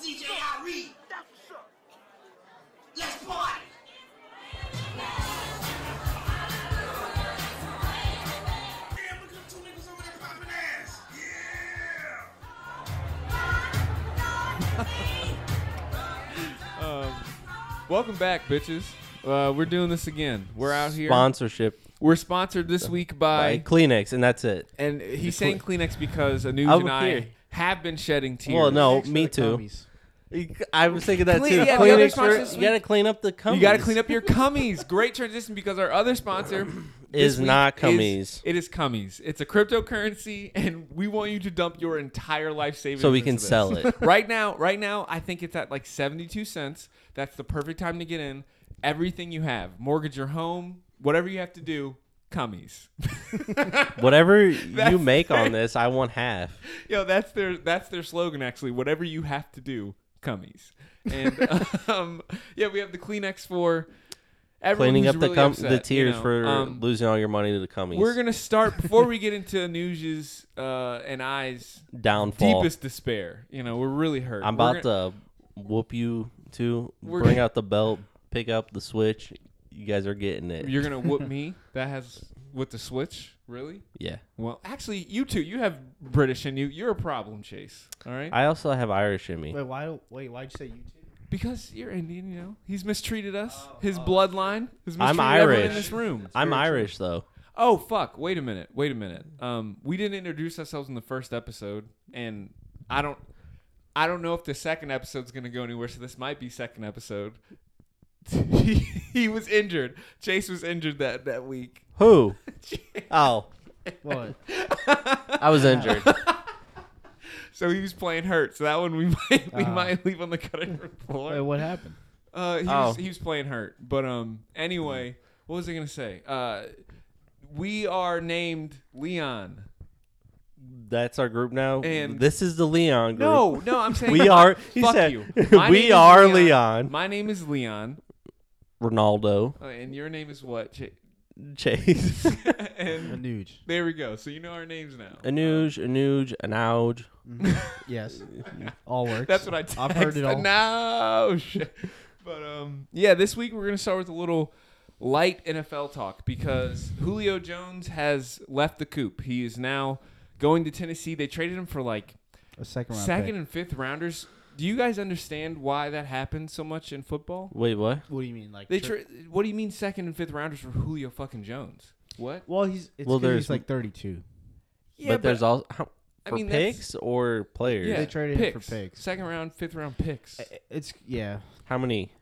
CJ Irie. That's what's up. Let's party. Damn, look at them two niggas over there popping ass. Yeah. Welcome back, bitches. Uh, we're doing this again. We're out here. Sponsorship We're sponsored this week by, by Kleenex, and that's it. and he's saying Kleenex because Anuj I'm and I here. have been shedding tears. Well, no, Next me to the too. commies. I was thinking that Cle- too. yeah, the other Kleenex, sponsor for- this you week- gotta clean up the cummies. You got to clean up your cummies. Great transition because our other sponsor this Is week not cummies. it is cummies. It's a cryptocurrency, and we want you to dump your entire life savings. So we can into this. sell it. right now, right now, I think it's at like seventy-two cents. That's the perfect time to get in. Everything you have, mortgage your home, whatever you have to do, cummies. Whatever you That's make right. on this, I want half. Yo, that's their that's their slogan actually. Whatever you have to do, cummies. And um, yeah, we have the Kleenex for everyone Cleaning who's up really the cum- upset, the you tears know. for Um, losing all your money to the cummies. We're gonna start before we get into Anuja's uh, and I's downfall. deepest despair. You know, we're really hurt. I'm We're about gonna- to whoop you too. We're Bring gonna- out the belt, pick up the switch. You guys are getting it. You're gonna whoop me. That has with the switch, really? yeah. Well, actually, you two, you have British in you. You're a problem, Chase. All right, I also have Irish in me. Wait, why? Wait, why'd you say you two? because you're Indian. You know, he's mistreated us. His bloodline. Has Oh, I'm mistreated everyone in Irish. this room. I'm Irish though. Oh fuck! Wait a minute. Wait a minute. Um, we didn't introduce ourselves in the first episode, and I don't, I don't know if the second episode's gonna go anywhere. So this might be second episode. he, he was injured. Chase was injured that that week. Who? oh, What? I was injured. So he was playing hurt. So that one we might we Ah. might leave on the cutting room Wait, floor. what happened? Uh, he was Oh. he was playing hurt. But um, anyway, what was I gonna say? Uh, we are named Leon. That's our group now. And- this is the Leon group. No, no, I'm saying We are- he Fuck said, you. "We My name is are Leon." My name is Leon, Ronaldo, uh, and your name is what? Ch- Chase, and Anuj. there we go. So you know our names now. Anuj, Anuj, Anouj. Yes. All works. That's what I text. I've heard it all. No shit. But um, yeah, this week we're gonna start with a little light NFL talk because Julio Jones has left the coop. He is now going to Tennessee. They traded him for like A second round. second pick. and fifth rounders. Do you guys understand why that happens so much in football? Wait, what? What do you mean, like? They tri- tra- what do you mean second and fifth rounders for Julio fucking Jones? What? well, he's it's Well, 'cause there's- he's like 32. Yeah, but, there's all how, I for mean, that's- picks or players. yeah, They traded him for picks. picks. Second round, fifth round picks. I, It's yeah. How many?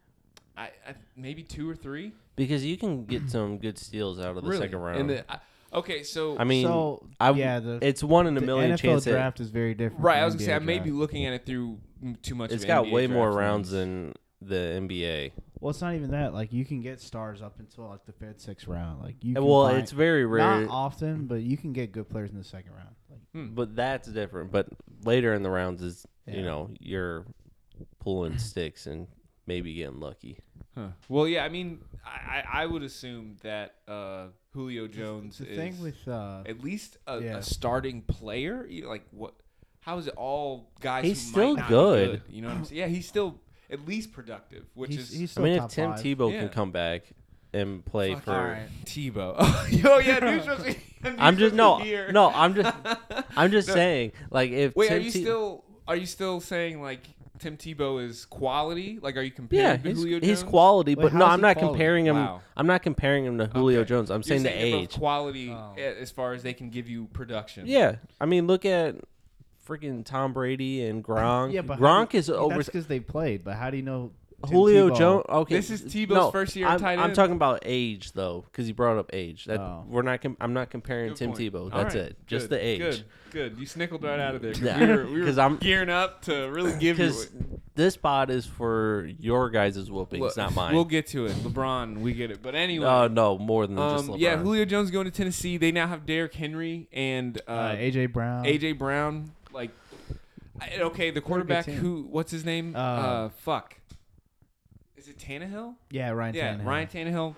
I, maybe two or three. Because you can get some good steals out of the really? second round. In the, I, okay, so I mean, So, I, yeah, the- it's one in a The million NFL chance. that- draft is very different. right, from I was gonna NBA say I may draft. be looking at it through mm, too much. it's of got NBA way more draft rounds lines. than the NBA. Well, it's not even that. Like you can get stars up until like the fifth, sixth round. Like you. Can Well, find- it's very rare, not often, but you can get good players in the second round. Like Hmm. but that's different. But later in the rounds is you Yeah. know you're pulling sticks and maybe getting lucky. Huh. Well, yeah, I mean, I, I, I would assume that uh, Julio Jones the Hmm. is thing with uh, at least a, Yeah. a starting player. You know, like what? How is it all guys? He's who still might not good. Be good? You know what I'm saying? Yeah, he's still at least productive, which is he's, I he's still mean, if top Tim five. Tebow Yeah. can come back and play Fuck, for, all right. Tebow. Oh, yo, yeah, dude's supposed to- dude's I'm supposed just no, to be here. no. I'm just, I'm just No. saying. Like if Wait, Tim are you Te- still are you still saying like Tim Tebow is quality? Like, are you comparing yeah, him to he's, Julio he's Jones? quality, Wait, but no, how's I'm he not quality? comparing him. Wow. I'm not comparing him to Julio Okay. Jones. I'm You're saying the they're both age. quality Oh. a- as far as they can give you production. Yeah, I mean, look at freaking Tom Brady and Gronk. Yeah, but how Gronk do you- is over That's because they played. But how do you know Tim Julio Tebow- Jones. Okay, This is Tebow's no, first year I'm, tight I'm end. talking about age though, because he brought up age. That Oh. we're not. Com- I'm not comparing Good Tim point. All Tebow. That's right, it. Just good, the age. Good, good. You snickled right out of there. 'cause Yeah. We were, we were 'Cause I'm- gearing up to really give you. Because this pod is for your guys' whooping. It's Look, not mine. We'll get to it. LeBron, we get it. But anyway, Oh no, more than just um, LeBron. yeah, Julio Jones going to Tennessee. They now have Derrick Henry and uh, Uh, AJ Brown. AJ Brown, like, I, okay, the quarterback team. who, what's his name? Uh, Uh, fuck, is it Tannehill? Yeah, Ryan. yeah, Tannehill. Ryan Tannehill.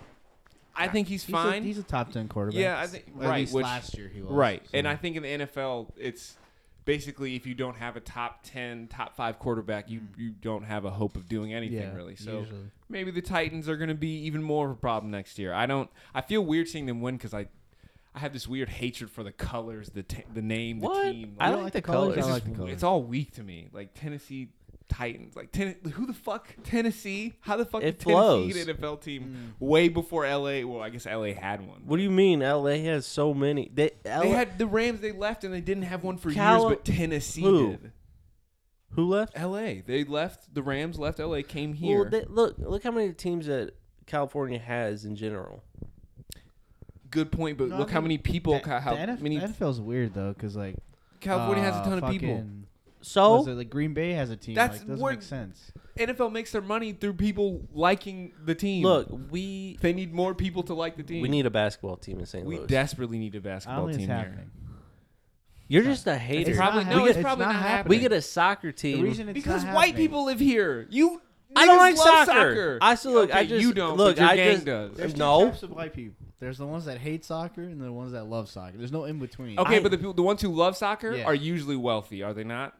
I think he's He's a- fine. He's a, top ten quarterback. Yeah, I think- Or at right, least which- last year he was. right, and so. I think in the NFL, it's basically if you don't have a top ten, top five quarterback, you you don't have a hope of doing anything Mm. yeah, really. So usually. maybe the Titans are going to be even more of a problem next year. I don't. I feel weird seeing them win because I, I have this weird hatred for the colors, the t- the name, the What? team. I like, You don't like the the colors? colors. I it's, like just- the colors. it's all weak to me. Like Tennessee Titans. Like ten, who the fuck Tennessee? How the fuck It did Tennessee blows. get an NFL team Mm. way before LA? Well, I guess LA had one. What do you mean? LA has so many. They, LA, They had the Rams. They left and they didn't have one for Cali- years. But Tennessee Who? did. who left? L.A. They left. The Rams left. L.A. came here. Well, they, look, look how many teams that California has in general. Good point. But No, I look how mean, many people. The- ca- how the NF- many? the NFL's weird though, because like California has Ah, a uh, ton of people. Oh. fucking- So was it, like Green Bay has a team. That's like, doesn't what- make sense. NFL makes their money through people liking the team. look, we they need more people to like the team. we need a basketball team in St. We Louis. desperately need a I don't basketball think team it's here. happening. You're just a hater. It's Probably not no. happening. It's It's probably not not happening. happening. we get a soccer team. The reason it's because not white happening- people live here. You. I don't niggas like love soccer. I still look. Okay, I just you don't. look. but your I gang just does. There's No. two types of white people. There's the ones that hate soccer and the ones that love soccer. There's no in between. Okay, I- but the people, the ones who love soccer Yeah. are usually wealthy, are they not?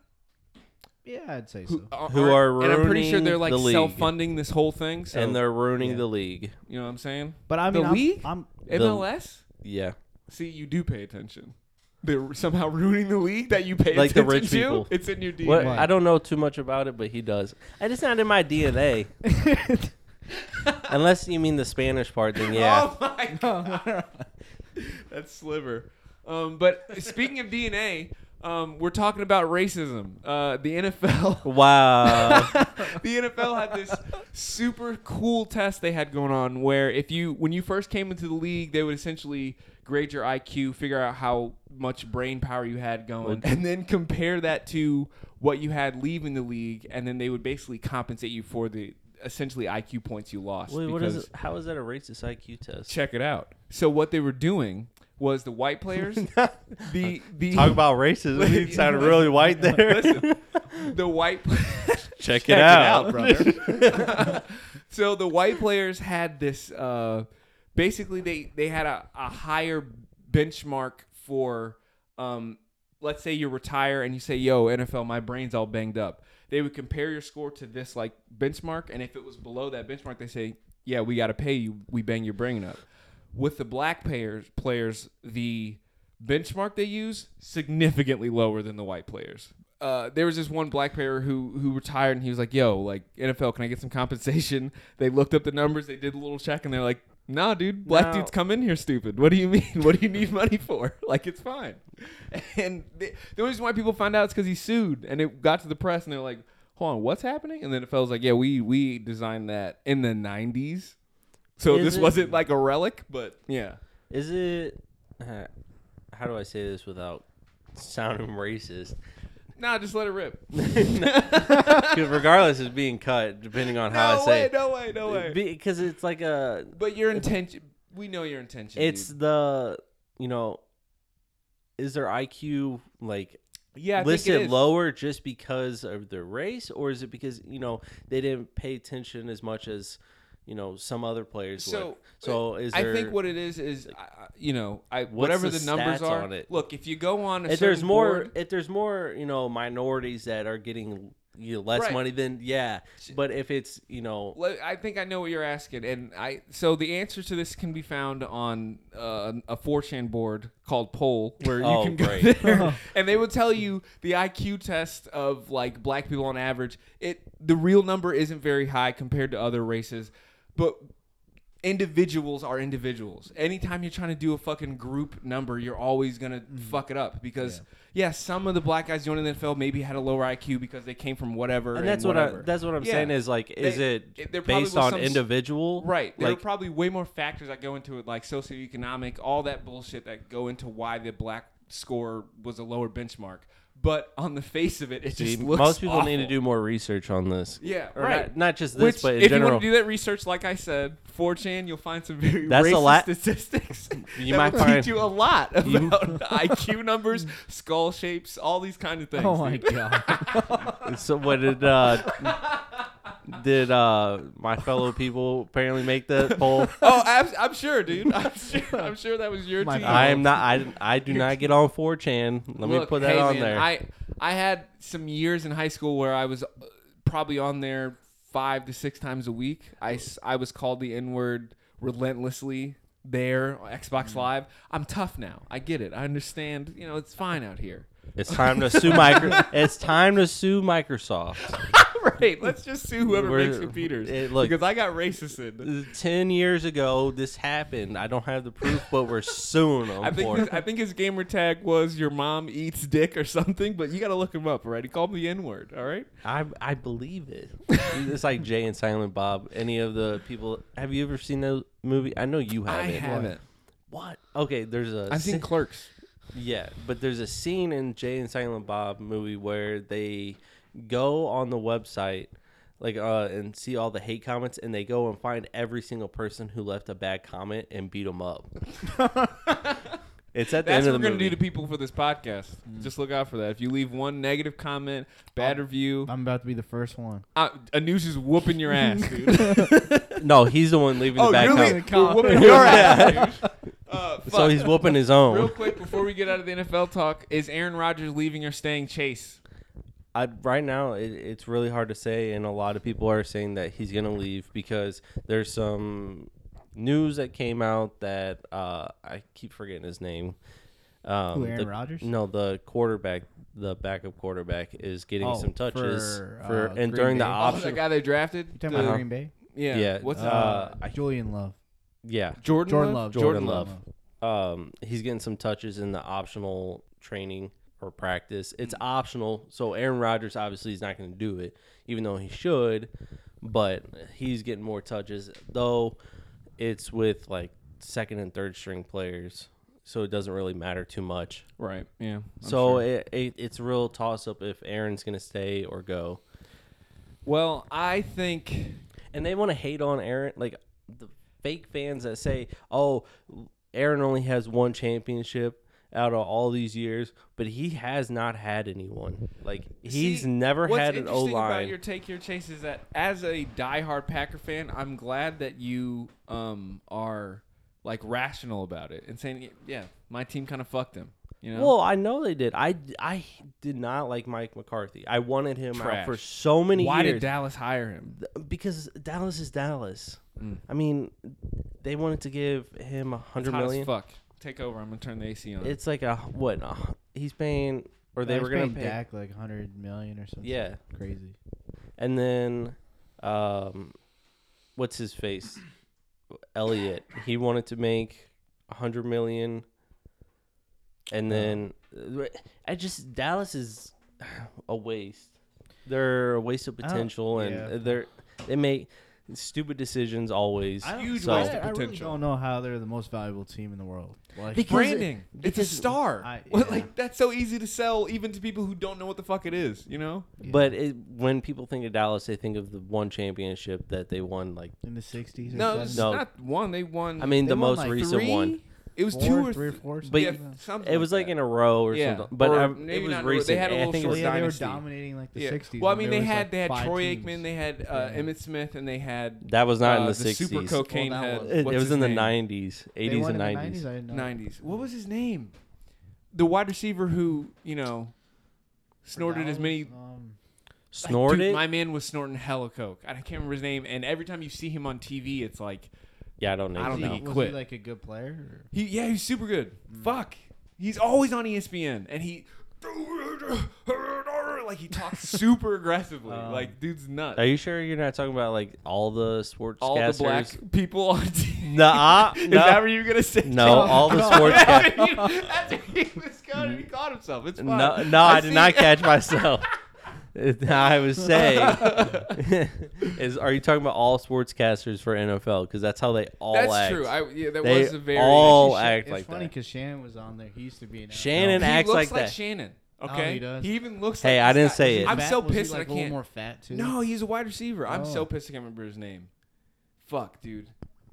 Yeah, I'd say Who so. are, Who are and I'm pretty sure ruining they're like the league. self-funding this whole thing. So and they're ruining Yeah. the league. you know what I'm saying? But I mean, the I'm, league? I'm The- MLS. Yeah, See, you do pay attention. They're somehow ruining the league that you pay Like the attention rich to. people. It's in your DNA. what, Why? I don't know too much about it, but he does. And it's not in my DNA. Unless you mean the Spanish part, then yeah. Oh my god. That's sliver. Um, but speaking of DNA, um, we're talking about racism. Uh, the NFL. Wow. the NFL had this super cool test they had going on where if you when you first came into the league, they would essentially grade your IQ, figure out how much brain power you had going, and then compare that to what you had leaving the league, and then they would basically compensate you for the essentially IQ points you lost. Wait, what is because- it? How is that a racist IQ test? Check it out. So what they were doing was the white players, the the about racism. He sounded really white there. Listen, the white. Check, it out, brother. so the white players had this. Uh, basically, they they had a, a higher benchmark for. Um, let's say you retire and you say, "Yo, NFL, my brain's all banged up." They would compare your score to this like benchmark, and if it was below that benchmark, they say, "Yeah, we got to pay you. We bang your brain up." With the black players, players the benchmark they use significantly lower than the white players. Uh, there was this one black player who who retired and he was like, "Yo, like NFL, can I get some compensation?" They looked up the numbers, they did a little check, and they're like, "Nah, dude, black No. dudes come in here stupid. What do you mean? What do you need money for? Like it's fine." And the, the only reason why people found out is because he sued, and it got to the press, and they're like, "Hold on, what's happening?" And then NFL's like, "Yeah, we we designed that in the '90s, so Is this it- wasn't like a relic, but yeah." Is it? uh, How do I say this without sounding racist? Nah, just let it rip. 'Cause regardless, it's being cut depending on how I no say. way, it. no way, no way. Because it's like a. But your intention, we know your intention. It's dude. the you know. Is their IQ like yeah, I think it listed is. lower just because of their race, or is it because you know they didn't pay attention as much as you know some other players? would? So, uh, so is I there, think what it is is, I- I- you know, I whatever the the, numbers stats are. on it? Look, if you go on, a if there's certain more board- if there's more you know minorities that are getting you know, less Right. money then yeah but if it's you know Well, I think I know what you're asking, and I so the answer to this can be found on uh, a 4chan board called Poll, where you Oh, can go great. there, and they would tell you the IQ test of like black people on average. It the real number isn't very high compared to other races, but individuals are individuals. Anytime you're trying to do a fucking group number, you're always gonna Mm-hmm. fuck it up because. Yeah, some of the black guys joining the NFL maybe had a lower IQ because they came from whatever. and that's what whatever. I, that's what I'm Yeah. saying is like is They- it, it- there probably based was on some s- individual Right. There are like probably way more factors that go into it, like socioeconomic, all that bullshit that go into why the black score was a lower benchmark. But on the face of it, it see, just looks most people need to awful. do more research on this Yeah, Or right. not, not just this Which, but in if you general want to do that research, like I said, 4chan, you'll find some very That's a racist lot- statistics. You that might will find- teach you a lot about IQ numbers, skull shapes, all these kind of things. Oh my dude. god! so what did uh did uh, my fellow people apparently make that poll? Oh, I'm, I'm sure, dude. I'm sure. I'm sure that was your My team. God. I am not. I, didn't- I do not get on 4chan. Let me Look, put that hey, on man, there. I I had some years in high school where I was uh, probably on there five to six times a week. I, s- I was called the N word relentlessly there on Xbox Mm. Live. I'm tough now. I get it. I understand. You know, it's fine out here. it's time to sue micro. It's time to sue Microsoft. right. Let's just sue whoever We're- makes computers. eh, look. because I got racist in. Ten years ago, this happened. I don't have the proof, but we're suing them I think for his, it. I think his gamer tag was your mom eats dick or something, but you got to look him up, all right? He called me the N word, all right? I I believe it. It's like Jay and Silent Bob. Any of the people? Have you ever seen that movie? I know you haven't. What? Okay, there's a. I've seen scene- Clerks. yeah, but there's a scene in Jay and Silent Bob movie where they go on the website, like, uh, and see all the hate comments, and they go and find every single person who left a bad comment and beat them up. it's at the That's end what we're of the going to movie. do Mm. to people for this podcast. Just look out for that. If you leave one negative comment, bad Oh. review, I'm about to be the first one. uh, Anush is whooping your ass, dude. no, he's the one Oh, leaving the bad comment. We're comment. whooping your ass, Anush. Uh, So fuck. he's whooping his own. Real quick, before we get out of the NFL talk, is Aaron Rodgers leaving or staying Chase? I, right now, it, it's really hard to say, and a lot of people are saying that he's going to leave because there's some news that came out that uh, I keep forgetting his name. Um, Who, Aaron the- Rodgers? No, the quarterback, the backup quarterback, is getting Oh, some touches for, for, uh, and Green during the Bay. Oh, that option. Uh-huh. guy they drafted? You talking about The- Green Bay? yeah. Yeah, What's Uh, Uh-huh. uh, I- Julian Love. yeah, Jordan, Jordan Love? Love. Jordan Love. um, he's getting some touches in the optional training or practice. It's optional, so Aaron Rodgers obviously is not going to do it, even though he should. But he's getting more touches, though. It's with like second and third string players, so it doesn't really matter too much. Right. Yeah. I'm so sure. it, it, it's a real toss up if Aaron's going to stay or go. well, I think and they want to hate on Aaron, like the fake fans that say, "Oh, Aaron only has one championship out of all these years," but he has not had anyone. Like he's See, never what's had an O interesting About your line. take here, Chase, is that as a diehard Packer fan, I'm glad that you um are like rational about it and saying, yeah, my team kind of fucked him. You know, Well, I know they did. I, I did not like Mike McCarthy. I wanted him out Trash. for so many why years did Dallas hire him? because Dallas is Dallas. I mean, they wanted to give him a Mm. It's hundred hot million. as fuck. Take over. I'm gonna turn the AC on. It's like a what? uh, he's paying, or they were gonna pay. Dak like 100 million or something. Yeah. crazy. And then, um, what's his face? Elliot. He wanted to make a hundred million. And then, Uh-huh. I just Dallas is a waste. They're a waste of I don't- potential, and yeah. they're they make stupid decisions always. I don't- Huge So- I, waste of I really potential. don't know how they're the most valuable team in the world. Like, Because- Branding. It's a because star. I- Well, yeah. Like that's so easy to sell, even to people who don't know what the fuck it is. You know. But it, when people think of Dallas, they think of the one championship that they won. Like in the 60s. Or No, 70s. it's No. not one. They won. I mean, They the won, most like, recent three? one. It was Four, two or three or th- four. But something yeah, like that. something It was that. like in a row or Yeah. something. But Or I, maybe it was not in a row. They recent. had a I little think it Oh, was short yeah, they were dynasty. dominating like the Yeah. 60s. Well, I when mean, they there was, had like, they had five Troy teams. Aikman, they had uh, Yeah. Emmett Smith, and they had That was not uh, in the the sixties. super cocaine Well, that head. was- It, What's was his in the name? nineties, They eighties, won and in the nineties. 90s. I didn't know. 90s. What was his name? The wide receiver who you know snorted as Dallas, many. um, Snorted. Dude, my man was snorting hella coke. I can't remember his name. And every time you see him on TV, it's like yeah, I don't know. I don't was think he- he was quit. he like a good player? Or? he yeah he's super good. Mm. Fuck, he's always on E ESPN, and he like he talks super aggressively. Um, like dude's nuts. Are you sure you're not talking about like all the sports? All the black people on TV. Nah, Is no. that what you were gonna say? No, all the No. sports. That's what he- that's what he was going and he caught himself. It's fine. no, no, I, did see- not catch myself. It- I was saying, is are you talking about all sportscasters for NFL? Because that's how they all That's act. true. I, yeah, that They was a very. all Shan- act it's like funny that. because Shannon was on there. He used to be an Shannon he NFL. acts looks like like, that. Shannon. Oh, he Okay, does. even looks. Hey, like I this didn't guy. say it. I'm so Was he, pissed that like, I A can't. little more fat too. No, he's a wide receiver. I'm Oh. so pissed I can't remember his name. Fuck, dude.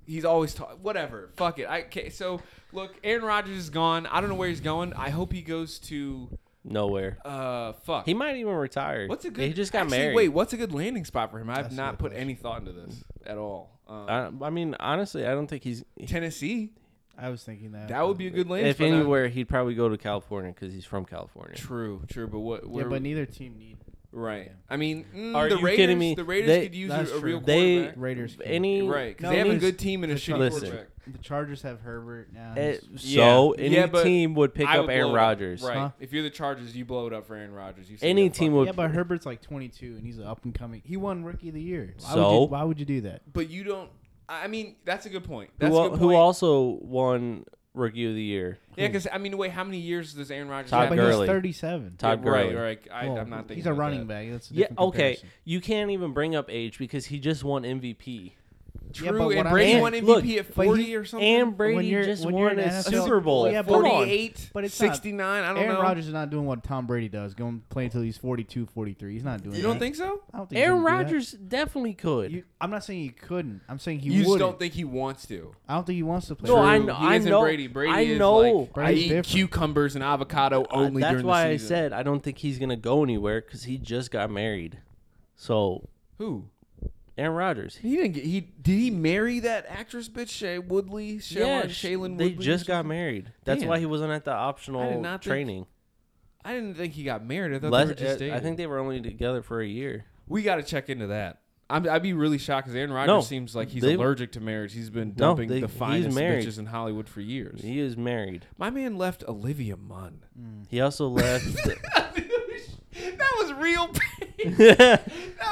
He's always talk. Whatever. Fuck it. I okay. So look, Aaron Rodgers is gone. I don't know where he's going. I hope he goes to Nowhere. Uh, fuck. He might even retire. what's a good? He just got actually, married. Wait, what's a good landing spot for him? I've That's a not good put question. any thought into this at all. Um, I, I mean, honestly, I don't think he's. Tennessee, I was thinking that. that would be a good landing if spot. anywhere, he'd probably go to California because he's from California. True, true, but what? Yeah, Where, but neither team need right. I mean, mm, Are the you Raiders. kidding me? The Raiders They- could use that's a, a real true. They- quarterback. Raiders. can- Any right, 'cause No, they have a there's- good team and a there's shitty listen. quarterback. The Chargers have Herbert now. eh, He's- so Yeah. any Yeah, but team would pick I up would Aaron blow it Rodgers. Right. Huh? If you're the Chargers, you blow it up for Aaron Rodgers. You say, Any "Yeah, team fuck would. yeah, but Herbert's like 22 and he's an up and coming. He won Rookie of the Year. Why So? would you, why would you do that? it." But you don't. I mean, that's a good point. That's who, a al- good who point. also won Rookie of the Year? Yeah, because I mean, wait, how many years does Aaron Rodgers Todd have? but Yeah, Gurley. he's 37. Todd Gurley. Right, right. I, Well, I'm not thinking. Oh, he's a about running that. back. That's a Yeah, different okay. comparison. You can't even bring up age because he just won MVP. Yeah, True, but what and I'm Brady saying- won MVP Look, at but he- 40 or something. And When Brady you're- just when you're won in a NFL Super Bowl. Yeah, but- Come on. 48, But it's not- 69. I don't Aaron know. Rodgers is not doing what Tom Brady does, going play until he's 42, 43. He's not doing You don't that. think so? I don't think he's Aaron gonna do that. Rodgers definitely could. You, I'm not saying he couldn't. I'm saying he You just would. don't think he wants to. I don't think he wants to play. No, I True. kn- He I isn't know- Brady. Brady I is know. like, I Brady's eat different. cucumbers and avocado Uh, only that's during why the I season. said I don't think he's gonna go anywhere because he just got married. So Who? Aaron Rodgers. He didn't get. He did he marry that actress bitch Shay Woodley? Shay yeah, sh- Shaylin they Woodley. or just got something? married. That's Damn. why he wasn't at the I did optional not think- training. I didn't think he got married. I thought Less- they were just uh, dating. I think they were only together for a year. we got to check into that. I'm, I'd be really shocked because Aaron Rodgers No, seems like he's they- allergic to marriage. He's been No, dumping they- the he's finest married. bitches in Hollywood for years. He is married. My man left Olivia Munn. He also left. that was real pain. That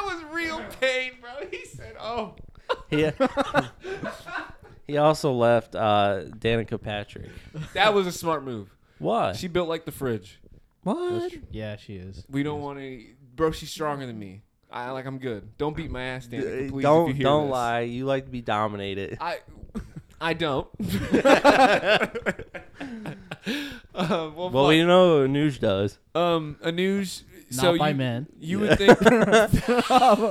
was real pain, bro. He said, "Oh, he, he also left uh, Danica Patrick. that was a smart move." Why? She built like the fridge. what? Yeah, she is. We don't want to, bro. She's stronger than me. I like. I'm good. Don't beat my ass, Dan. Please, if you don't hear don't this. lie. You like to be dominated. I, I don't. um, well, well, fuck. we know what news does. Um, Anuj. Not so by you, men. You would think.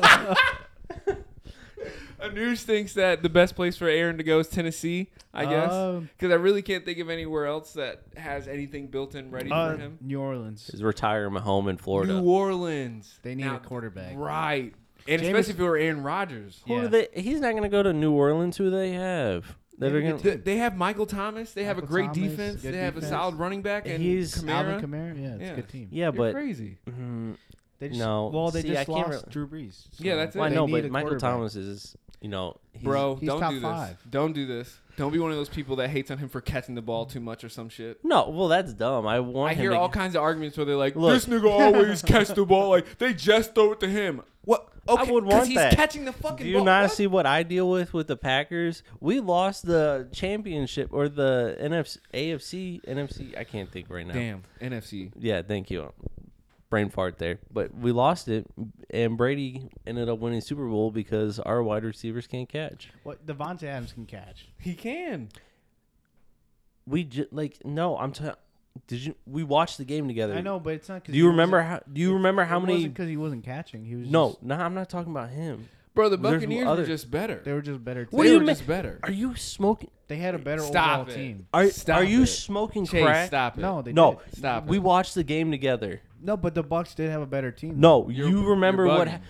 Anuj thinks that the best place for Aaron to go is Tennessee. I guess Um, because I really can't think of anywhere else that has anything built in ready Uh, for him. New Orleans. Is retirement home in Florida. New Orleans. They need Now, a quarterback. Right. And Jameis- especially if it were Aaron Rodgers. Who Yeah. do they? He's not gonna go to New Orleans. Who they have? That are gonna. Th- They have Michael Thomas. They have Michael a great Thomas, defense. They good have a defense. solid running back and He's- Kamara. Alvin Kamara. Yeah, it's Yeah. a good team. yeah, You're but crazy. mm, They No. Well, they See, I just can't lost re- Drew Brees. Yeah, that's it. well, I They know, need but a Michael quarterback. Thomas is, you know, he's, Bro, he's don't top do this. five. Don't do this. Don't be one of those people that hates on him for catching the ball too much or some shit. No, well, that's dumb. I want I him hear to, all kinds of arguments where they're like, Look. "This nigga always catch the ball. Like they just throw it to him." What? Okay, would 'cause want he's that. catching the fucking. Do you ball. not What? see what I deal with with the Packers? We lost the championship or the NFC, AFC, NFC. I can't think right now. Damn, NFC. Yeah, thank you. Brain fart there, but we lost it, and Brady ended up winning Super Bowl because our wide receivers can't catch. What Devonte Adams can catch. He can. We just like no. I'm. T- did you? We watched the game together. I know, but it's not. 'cause Do he you remember wasn't- how? Do you remember how it many? wasn't because he wasn't catching. He was No, just- no. I'm not talking about him. Bro, the There's Buccaneers other- are just they better. were just better. What team. do you were mean? just better. Are you smoking? They had a better Stop overall it. team. Are Stop Are you it. smoking Chase, crack? stop it. No, they No. did. stop. We it. watched the game together. no, but the Bucks did have a better team. No, You're- you remember you're what? bugging. Ha-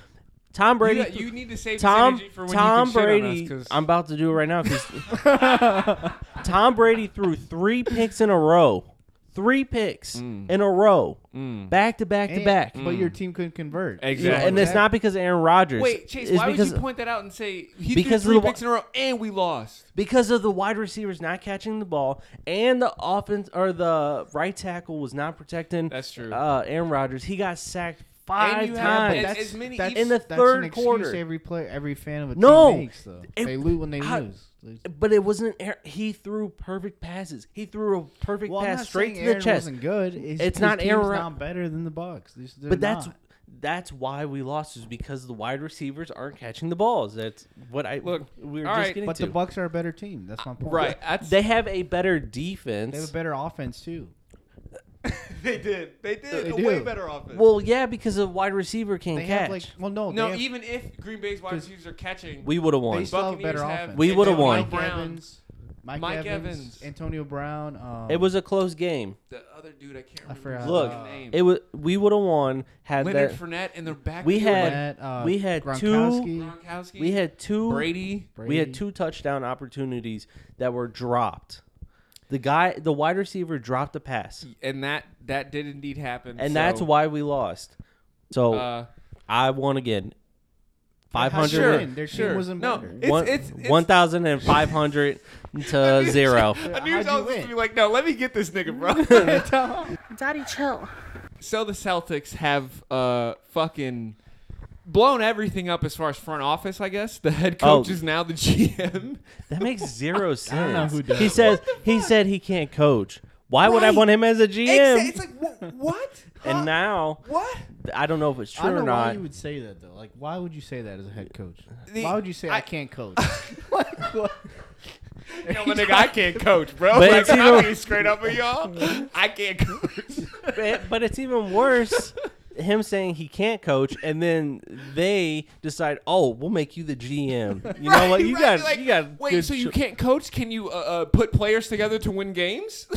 Tom Brady. You, got- you need to save Tom this energy for when Tom you can Brady. Shit on us, 'cause- I'm about to do it right now. 'cause- Tom Brady threw three picks in a row. Three picks Mm. in a row, back to back to And- back. But your team couldn't convert. Exactly. Yeah, and it's Exactly. not because of Aaron Rodgers. Wait, Chase, It's why would because, you point that out and say he because threw three of the wa- picks in a row and we lost? because of the wide receivers not catching the ball and the offense or the right tackle was not protecting. That's true. Uh, Aaron Rodgers, he got sacked And five you have- times. and- as many in the that's third an excuse quarter. Every player, every fan of a No. team makes though. It- they lose when they I- lose. They- but it wasn't. Aaron, he threw perfect passes. He threw a perfect Well, I'm pass not straight saying to Aaron the chest. Wasn't good. It's, It's his not team's Aaron- Not better than the Bucks. They're But that's not. that's why we lost is because the wide receivers aren't catching the balls. That's what I Look, We were all just right, getting But to. the Bucks are a better team. That's my point. Right. That's, they have a better They have defense. a better offense too. they did. They did. They a do. way better offense. well, yeah, because the wide receiver can't They catch. have like well no, no, they have, even if Green Bay's wide receivers are catching, we would have they won. still have Buccaneers better have- offense. We and would've Mike won. Mike Brown. Evans, Mike, Mike Evans, Evans. Antonio Brown. Um, It was a close game. The other dude, I can't remember I his forgot. Look, fucking name. It was we would have won had Leonard that. Fournette in their back. We had- Fournette, uh, we had two- Gronkowski, Gronkowski. We had two. Brady. We Brady. had two touchdown opportunities that were dropped. The guy, the wide receiver, dropped a pass, and that that did indeed happen. and that's so, why we lost. So Uh, I won again. How Five hundred. sure. sure, win. Their team sure. wasn't no, better. it's, one, it's, it's, 1,500 to zero. I knew I How'd was you supposed win? to be like, no, let me get this nigga, bro. Daddy, chill. so the Celtics have uh fucking blown everything up as far as front office. I guess the head Oh. coach is now the GM. That makes zero sense. don't know who does. He says he said he can't coach. Why would I Right. want him as a GM? It's like wha- what? Huh? and now what? I don't know if it's I true don't know or why not. you would say that though. Like, why would you say that as a head coach? The- why would you say I, I- can't coach? like, what? Yo, my nigga, I can't coach, bro. But like, it's even- I'm being straight up with y'all. I can't coach. Eh, But- but it's even worse. Him saying he can't coach, and then they decide, "Oh, we'll make you the GM." You know what? You Right, got, like, you got. Wait, good so you sh- can't coach? Can you uh, uh, put players together to win games?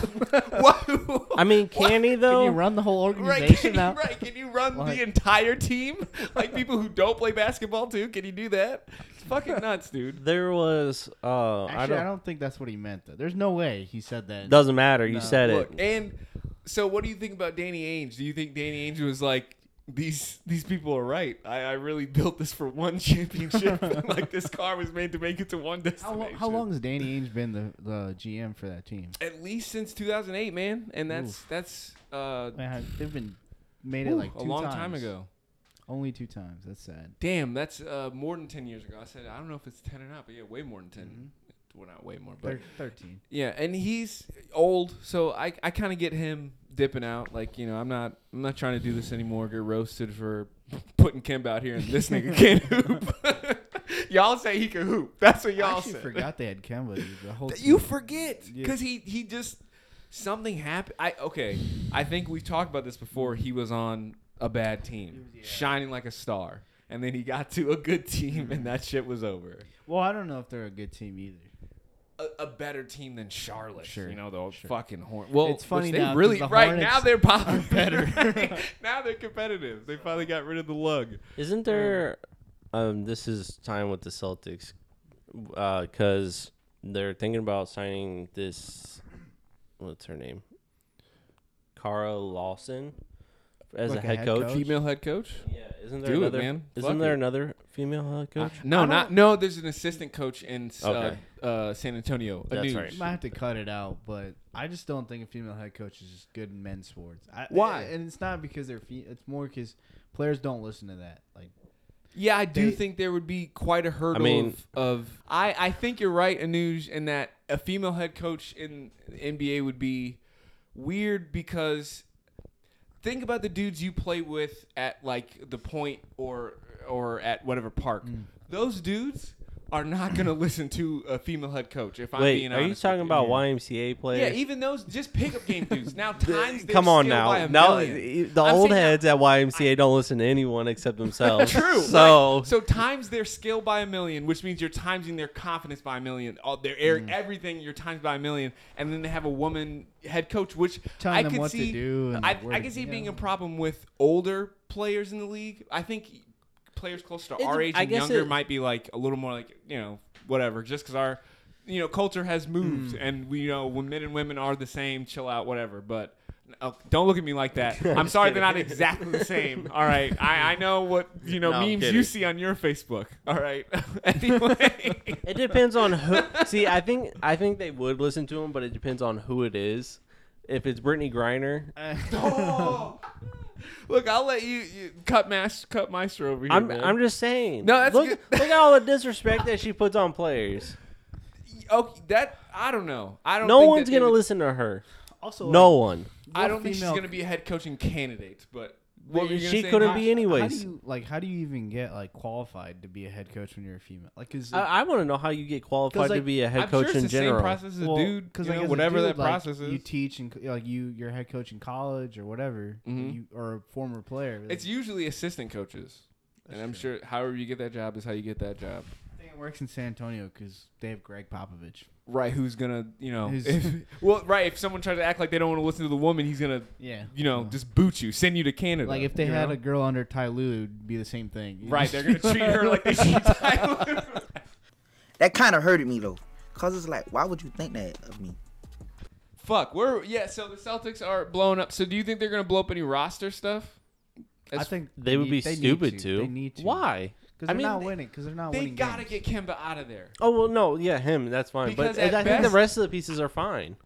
What? I mean, can he though? Can you run the whole Right organization can, you, now? right? can you run Like- the entire team? Like people who don't play basketball too? Can you do that? It's fucking nuts, dude. There was. Uh, Actually, I don't. think that's what he meant. Though. There's no way he said that. Doesn't matter. You said Look, it. and so what do you think about Danny Ainge? Do you think Danny Ainge was like these these people are right? I, I really built this for one championship. like this car was made to make it to one how, destination. lo- how long has Danny Ainge been the, the GM for that team? At least since 2008, man. And that's that's uh, Man, they've been made it ooh, like two a long times. time ago. Only two times. That's sad. Damn, that's uh, more than 10 years ago. I said I don't know if it's 10 or not, but yeah, way more than 10. Mm-hmm. Well, not way more, but Thir- Thirteen. Yeah, and he's old, so I, I kind of get him dipping out. Like you know, I'm not I'm not trying to do this anymore. Get roasted for putting Kimba out here and this nigga can't hoop. y'all say he can hoop. That's what I y'all actually say. forgot they had Kemba. Dude, the whole You team. forget Yeah. because he he just something happened. I okay. I think we've talked about this before. He was on a bad team, shining like a star, and then he got to a good team, and that shit was over. well, I don't know if they're a good team either. a, a better team than Charlotte. Sure, You know the fucking horn. Well, It's funny which they now 'cause really the right now Hornets they're popping better. now they're competitive. They finally got rid of the lug. Isn't there? Um, this is time with the Celtics, because they're thinking about signing this. What's her name? Cara Lawson as Like a head, coach. Female head coach? Yeah, isn't there Do it, another? man. Isn't Fuck there it. another female head coach? No, I not no. There's an assistant coach in uh, Okay. uh, San Antonio. That's Anuj. right. Might have to cut it out, but I just don't think a female head coach is just good in men's sports. I, Why? And it's not because they're fe- it's more because players don't listen to that. Like Yeah, I do They- think there would be quite a hurdle mean- of, of I, I think you're right, Anuj, in that a female head coach in the NBA would be weird because think about the dudes you play with at like the point or or at whatever park. Mm. Those dudes are not gonna listen to a female head coach if I'm Wait, being are you honest. with talking about YMCA yeah, players? even those just pickup game dudes. Now times their Come on skill by now. a Now the million. I'm old saying now- heads at YMCA don't listen to anyone except themselves. True. So right. so times their skill by a million, which means you're timesing their confidence by a million, all their air, Mm. everything you're times by a million, and then they have a woman head coach, which Telling I them could what to see. do and I, where I to can see it go. being a problem with older players in the league. I think players close to It our dep- age I and guess younger it- might be like a little more like you know whatever, just because our you know culture has Mm. moved and we you know when men and women are the same, chill out, whatever, but. Oh, don't look at me like that. I'm sorry they're not exactly the same. All right. I, I know what you know No, I'm memes kidding. you see on your Facebook. All right. anyway. It depends on who. See, I think I think they would listen to him, but it depends on who it is. If it's Brittany Griner, Oh. Look, I'll let you, you cut mas cut Meister over here. I'm man. I'm just saying. No, that's look good. look at all the disrespect that she puts on players. okay, that I don't know. I don't. No think one's that gonna they would- listen to her. also No one. I don't think she's female- gonna be a head coaching candidate. But what were you gonna She say? couldn't Mike? be anyways. How do you like? How do you even get like qualified to be a head coach when you're a female? Like, is it, I, I want to know how you get qualified 'Cause, to like, be a head I'm coach sure it's in the general. Same process as well, a dude, because like, as a whatever dude, that like, process is, you teach and like you, you're a head coach in college or whatever, Mhm. you or a former player. like, it's usually assistant coaches. And I'm sure however you get that job is how you get that job. I think it works in San Antonio because they have Greg Popovich. right who's gonna you know Who's- if, well right if someone tries to act like they don't want to listen to the woman he's gonna Yeah. you know just boot you send you to Canada Like if they you had know? a girl under Ty Lue, it'd be the same thing. right they're gonna treat her like they treat Tyler. That kind of hurted me though, cause it's like, why would you think that of me? fuck we're yeah so the Celtics are blowing up so do you think they're gonna blow up any roster stuff I That's- think They would be need- they need stupid to. to. They need to. Why? Because I they're mean, not they- winning. Because they're not they winning. gotta games. get Kemba out of there Oh well, no, yeah, him. That's fine. Because but at I think best- the rest of the pieces are fine.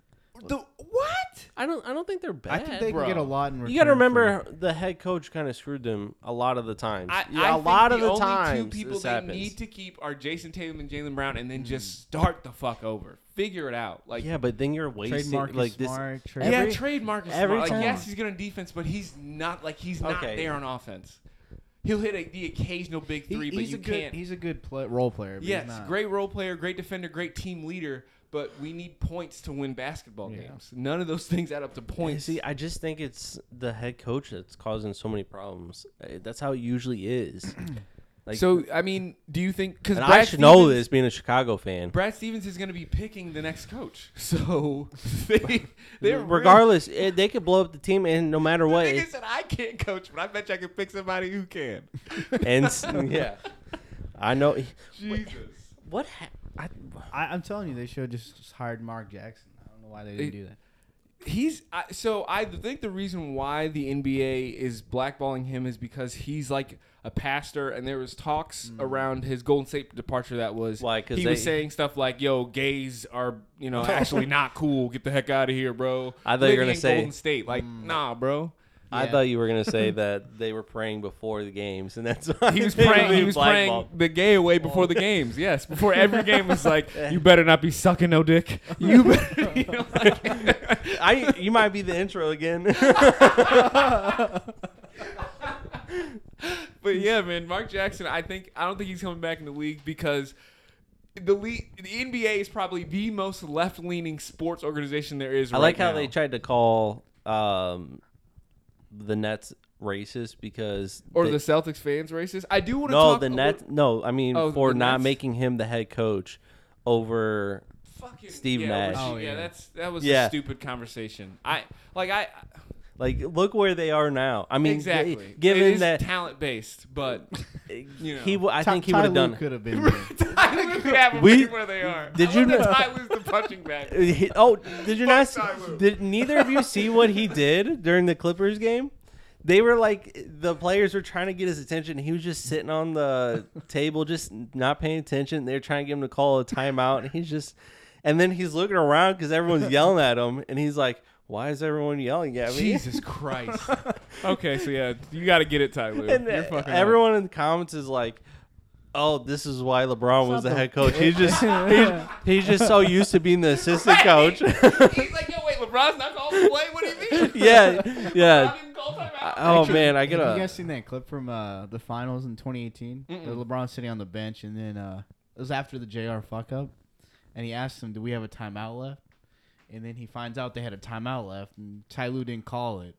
the what I don't. I don't think they're I bad. think they bro. can get a lot in return. you got to for- remember the head coach kind of screwed them a lot of the times. I, Yeah, I a think lot the of the only times two people this they happens. need to keep are Jason Tatum and Jalen Brown, and then Mm. just start the fuck over. Figure it out. Like yeah, but then you're wasting Trademark is like this. smart. Trade- yeah, every- trademark is every smart. Like, time. yes, he's good on defense, but he's not like he's not Okay. there on offense. He'll hit a, the occasional big He- three, but he's you a good. can't. He's a good play, role player. But he's yes, not. great role player, great defender, great team leader, but we need points to win basketball Yeah. games. None of those things add up to Point. points. See, I just think it's the head coach that's causing so many problems. Uh, That's how it usually is. Like, so I mean, do you think? Because and I should know this being a Chicago fan. Brad Stevens is going to be picking the next coach. So they, they're Regardless, it, they could blow up the team, and no matter what, Really, it- nigga said I can't coach, but I bet you I can pick somebody who can. and s- yeah, I know. Jesus. What? Ha- I, I, I'm telling you, they should have just, just hired Mark Jackson. I don't know why they It- didn't do that. He's I, so I think the reason why the NBA is blackballing him is because he's like a pastor, and there was talks around his Golden State departure that was Mm. Why, 'cause he was they- saying stuff like, "Yo, gays are you know actually not cool. Get the heck out of here, bro." I thought you were Living gonna in say- Mm. Golden State, like, nah, bro. I Yeah. thought you were gonna say that they were praying before the games, and that's why He was they praying. He were was praying blackballed. the gay away before the games. Yes, before every game was like, you better not be sucking no dick. You better. You know, like- I you might be the intro again. but yeah, man, Mark Jackson. I think I don't think he's coming back in the league because the league, the NBA is probably the most left leaning sports organization there is. I like how they tried to call um, the Nets racist because or they- the Celtics fans racist. I do want to no talk the Nets no I mean Oh, for the not Nets? making him the head coach over Fucking, Steve yeah, Nash. Rasheed- Oh, yeah. yeah. that's that was a Yeah. stupid conversation. I like I like look where they are now. I mean they- exactly it given is that talent based, but you know. he w- I Ty- think he Ty would have Lue done. could have been. there. I think we have them We- pick where they are. did I you love that know- Ty Lue's the punching bag. oh, did you not? See, Ty Lue. did neither of you see what he did during the Clippers game? They were like the players were trying to get his attention. He was just sitting on the table, just not paying attention. They're trying to get him to call a timeout, and he's just, and then he's looking around because everyone's yelling at him, and he's like, "Why is everyone yelling at me?" Jesus Christ. okay, so yeah, you got to get it, Ty Lue. And You're fucking right. everyone in the comments is like, "Oh, this is why LeBron was Shut the the head coach. He's just he's, he's just so used to being the assistant coach." He's like, yo, wait, LeBron's not calling the play? What do you mean? yeah, yeah. LeBron didn't call timeout? Oh man, I get Have you a. guys seen that clip from uh, the finals in 2018? Where LeBron sitting on the bench, and then uh, it was after the JR fuck up, and he asked him, "Do we have a timeout left?" And then he finds out they had a timeout left, and Ty Lue didn't call it.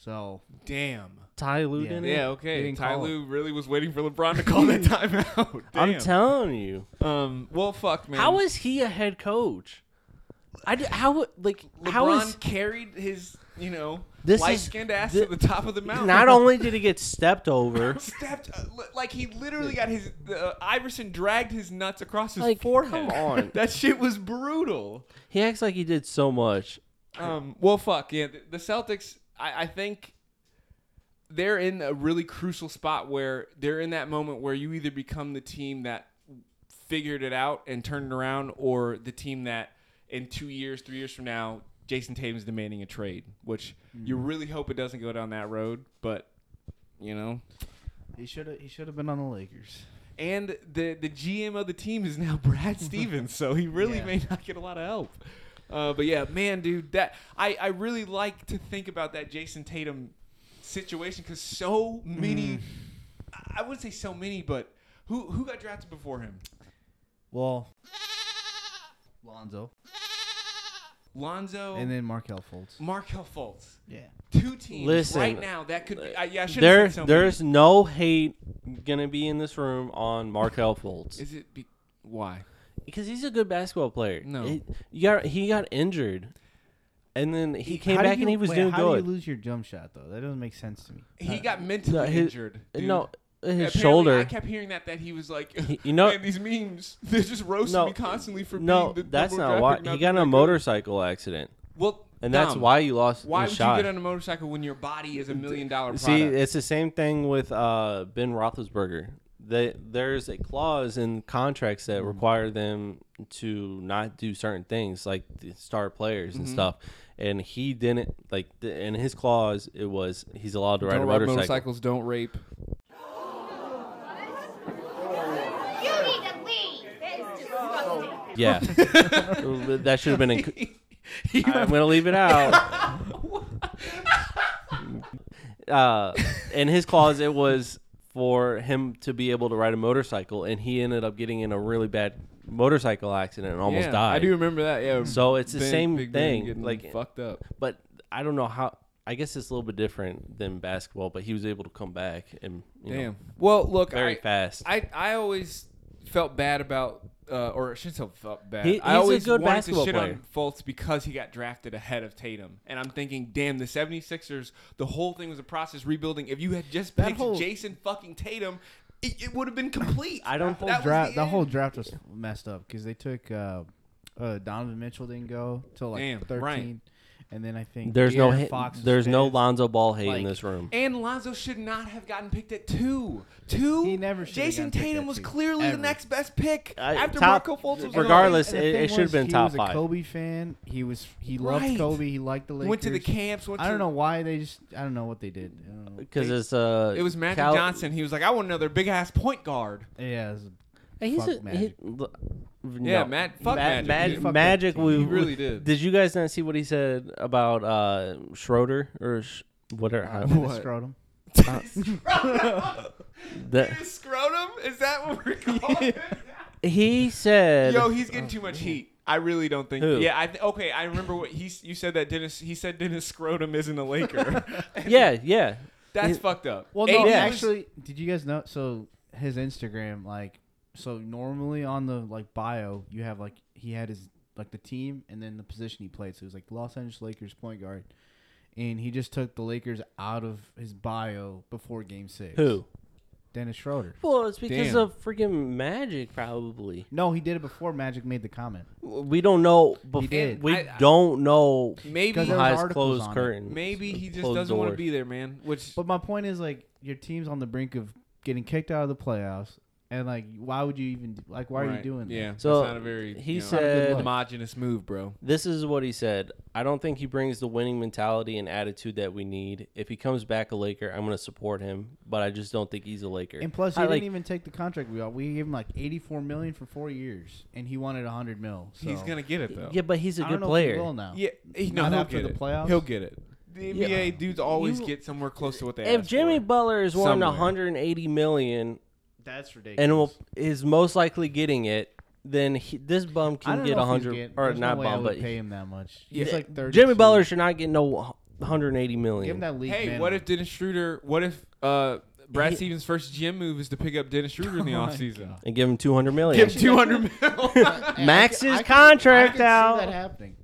So Damn. Ty Lue Yeah. didn't it? Yeah, He okay. didn't Ty call it. Lue really was waiting for LeBron to call that timeout. I'm Damn. telling you. um, well, fuck, man. How is he a head coach? I d- how like LeBron how is carried his, you know, This is- light-skinned ass thi- to the top of the mountain? not only did he get stepped over. stepped uh, li- like he literally got his uh, Iverson dragged his nuts across his Like, forehead. come on. that shit was brutal. He acts like he did so much. Um, well, fuck yeah. th- The Celtics, I, I think they're in a really crucial spot where they're in that moment where you either become the team that figured it out and turned it around, or the team that in two years, three years from now, Jason Tatum's demanding a trade. Which you really hope it doesn't go down that road, but you know. he should have he should have been on the Lakers. and the the GM of the team is now Brad Stevens, so he really Yeah. may not get a lot of help. Uh, but yeah, man, dude, that I I really like to think about that Jason Tatum situation because so many, Mm. I- I wouldn't say so many, but who who got drafted before him? Well, Lonzo, Lonzo and then Markel Fultz. Mm. Markel Fultz. Yeah, Two teams Listen, right now that could be. I, yeah, I should There, so there's no hate gonna be in this room on Markel Fultz. many. Is it be, why? because he's a good basketball player. No. It- you got he got injured, and then he came How do back and you- he was wait, doing how good. do you lose your jump shot though? That doesn't make sense to me. He got mentally Uh, no, his- injured. dude. No, his Apparently, shoulder. I kept hearing that that he was like, you know- man, these memes they're just roasting No, me constantly for no, being the that's number not one why. draft pick, He not got in a that good." motorcycle accident, Well, and that's dumb. why you lost. Why the would shot. you get on a motorcycle when your body is a million dollar product? See, it's the same thing with uh, Ben Roethlisberger. They, there's a clause in contracts Mm-hmm. that require them to not do certain things, like the star players Mm-hmm. and stuff. And he didn't like. The, in his clause, it was he's allowed to ride a don't motorcycle. motorcycles. Don't rape. You need to leave. That is disgusting. Yeah, that should have been. In, I'm gonna leave it out. uh, in his clause, it was for him to be able to ride a motorcycle, and he ended up getting in a really bad motorcycle accident and almost Yeah, died. I do remember that. Yeah. So it's the Big- same Big Ben thing, getting like- fucked up. but I don't know how. I guess it's a little bit different than basketball, but he was able to come back and you Damn. know, well, look, very I, fast. I I always felt bad about, uh, or I shouldn't say felt bad. He- I he's a always good wanted to basketball shit player. on Fultz because he got drafted ahead of Tatum, and I'm thinking, damn, the 76ers, the whole thing was a process rebuilding. If you had just That picked whole- Jason fucking Tatum, it, it would have been complete. I don't- That whole was draft. The end. whole draft was messed up because they took uh, uh, Donovan Mitchell didn't go till like Damn, thirteen, right. and then I think there's no De'Aaron hit, Fox was there's no fast. Lonzo Ball hate in Like- this room. And Lonzo should not have gotten picked at two. Two. He never should've Jason gotten picked Tatum at was two. clearly Ever. the next best pick I- after top- Marco Fultz. Was regardless, And the it- it thing should've was, been he top was five. A Kobe fan. He was. He loved Right. Kobe. He liked the Lakers. gone. went to the camps. Went I to- don't know why they just. I don't know what they did. I don't know. Because it's uh, It was Magic Cal- Johnson. He was like, I want another big ass point guard. Yeah. it was- Hey, He's Fuck a, Magic. He, l- Yeah, no. Matt- fuck Magic, Mag- dude. Fuck that Magic, team. we He really did. Did you guys not see what he said about uh, Schroeder or sh- whatever? Uh, how- the Scrotum. that- His scrotum? Is that what we're calling it? he said, Yo, he's getting too much heat. I really don't think. oh, Who? Yeah, I th- okay. I remember what he s- you said that Dennis. He said Dennis Scrotum isn't a Laker. "Yeah, yeah." That's He- fucked up. Well, Hey, no, he was- actually, did you guys know? So his Instagram, like, so normally on the like bio, you have like he had his like the team and then the position he played. So he was like Los Angeles Lakers point guard, and he just took the Lakers out of his bio before Game Six. Who? Dennis Schroeder. Well, it's because Damn. of freaking Magic, probably. No, he did it before Magic made the comment. We don't know. Bef- did. We I- I- don't know. maybe Because there was Behind articles closed on it. curtain. maybe he just closed doesn't want to door. be there, man. Which But my point is like your team's on the brink of getting kicked out of the playoffs, and like why would you even like why are you Right. doing that? Yeah, it's So, not a very he you know, said- homogenous move, bro. This is what he said. I don't think he brings the winning mentality and attitude that we need. If he comes back a Laker, I'm going to support him, but I just don't think he's a Laker. And plus, he I, didn't like- even take the contract we got. We gave him like eighty-four million for four years, and he wanted hundred mil. So. He's gonna get it though. Yeah, but he's a I good don't know If player. he will now. Yeah, he, no, Not he'll after get the it. playoffs? He'll get it. The Yeah. NBA dudes always You- get somewhere close to what they. If ask Jimmy for. Butler is wanting Somewhere. 180 million that's ridiculous. and will, is most likely getting it, then he, this bum I can don't get know if he's 100 getting- or there's no not way I bum, would but pay him that much. Yeah. He's like thirty. Jimmy Butler should not get no 180 million. Give him that league. hey, man. what if Dennis Schroeder? What if uh, Brad He- Stevens' first GM move is to pick up Dennis Schroeder in the Oh offseason? and give him 200 million. Give two hundred mil. Hey, I max can- his I can- contract I can out. See that happening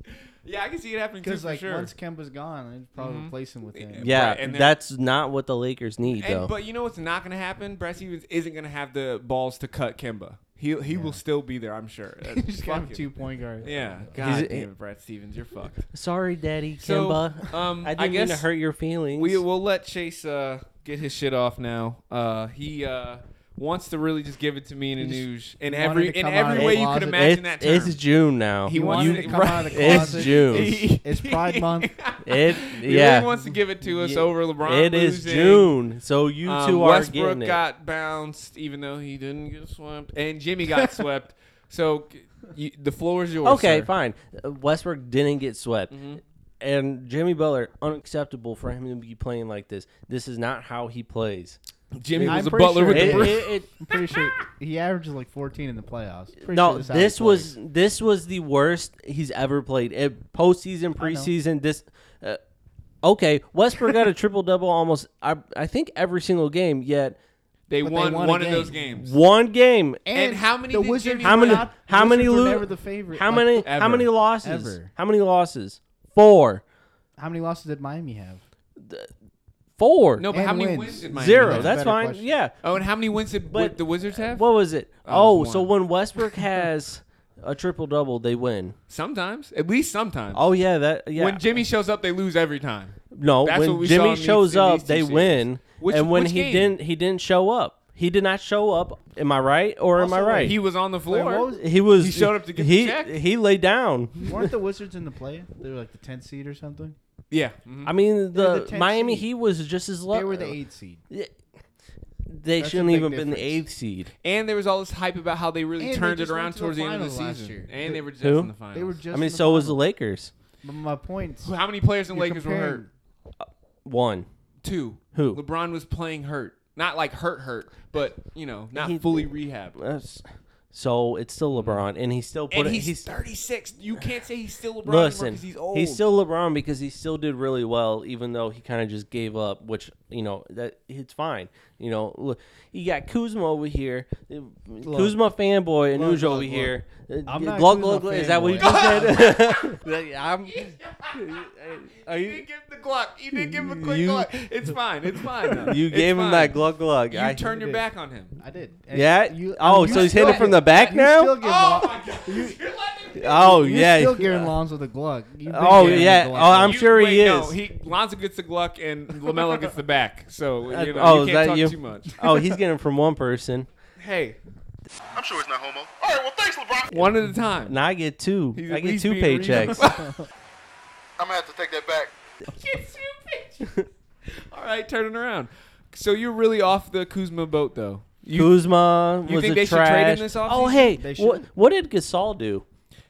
yeah, I can see it happening too because for like sure. Mm-hmm. once Kemba's gone, they'd probably replace him with him. yeah, Right, and then- that's not what the Lakers need, though. and, but you know what's not going to happen? Brad Stevens isn't going to have the balls to cut Kimba. He he will still be there, I'm sure. That's Just got him fucking- two point guards. Yeah, God He's- damn it, Brad Stevens, you're fucked. Sorry, Daddy So, Kimba. um, I didn't I mean guess to hurt your feelings. We will let Chase uh, get his shit off now. Uh, he uh, wants to really just give it to me in a just news in wanted every to in come out of every the way you could closet. imagine that it's, term. it's June now. He wants you- to come out of the It's closet. June. It's, it's Pride Month. it he yeah. really wants to give it to us Ye- over LeBron. it is losing. June, so you Um, two are Westbrook getting it. got bounced, even though he didn't get swept, and Jimmy got swept. So c- you, the floor is yours. okay, sir. Mm-hmm. fine. Uh, Westbrook didn't get swept, and Jimmy Butler unacceptable for him to be playing like this. This is not how he plays. Jimmy I'm was a pretty butler sure with It- the Bru- Bruins. it- it- I'm pretty sure he averages like 14 in the playoffs. Pretty no, sure is how he this was plays. this was the worst he's ever played. It, postseason, preseason, this. Uh, okay, Westbrook got a triple double almost. I I think every single game. Yet They But they won, won a one of game. those games. One game. And how many The did Wizards Jimmy How were many? not- How many? Wizards were Lo- never the favorite. How like, many? How ever. many losses? Ever. How many losses? Four. How many losses did Miami have? Four. No, but And how many wins. wins, did Miami Zero. have? That's a That's better fine. question. Yeah. oh, and how many wins did But- the Wizards have? What was it? Oh, Oh, it was so one. when Westbrook has a triple double, they win. sometimes, at least sometimes. Oh yeah, that yeah. When Jimmy shows up, they lose every time. no, That's when what we saw in Jimmy these- shows in up, these two they series. win. Which- and when which he game? didn't, he didn't show up. He did not show up. Am I right or am I Also, right? He was on the floor. what was- He, was. he showed up to get the he, check? Mm-hmm. He laid down. Weren't the Wizards in the play? They were like the 10th seed or something. yeah. mhm. I mean, were the, the 10th Miami seed. Heat was just as low. They were the 8th seed. They That's a shouldn't big even been the difference. eighth seed. And there was all this hype about how they really And they turned it just went around to the towards the, end of the finals last season. year. And they were just Who? in the finals. They were just. I mean, in the so was the final. Lakers. But my point. How many players in you're Lakers were comparing- hurt? One. Two. Who? LeBron was playing hurt. Not like hurt, hurt, but you know, not He- fully rehab. That's- so it's still LeBron, and he still put Mm-hmm. And it. he's, he's- 36. You can't say he's still LeBron listen. because he's old. still LeBron because he still did really well, even though he kind of just gave up. Which you know that it's fine. You know, look, you got Kuzma over here, uh, Kuzma fanboy, and Look, Ujo look, over look. here. Uh, I'm not Glug, Kuzma glug, glug. Is that what you just said? That- I'm- are You you, did give the Glock. You did give him a quick You- Glock. It's fine. It's fine. though. you It's gave him that fine. glug glug. You I- turned your did. back on him. I did. And Yeah. you- oh, you so he's still hitting it from get- the back you now. Still give Oh Lon- my God! You're letting him- oh you're yeah. Still giving Lonzo the glug. You've been Oh, giving him the yeah. glug. Oh, I'm You- sure he wait, No, is. he Lonzo gets the Glock and Lamelo gets the back. So you know, oh, you can't is that talk you? too much. oh, he's getting it from one person. Hey, I'm sure it's not homo. All right, well, thanks, LeBron. one at a time. Now I get two. He's I at get least two being paychecks. reasonable. I'm gonna have to take that back. Get two paychecks. All right, turning around. So you're really off the Kuzma boat, though. You, Kuzma you was think a they should trade trash. him this oh offseason? hey, They what should. what did Gasol do?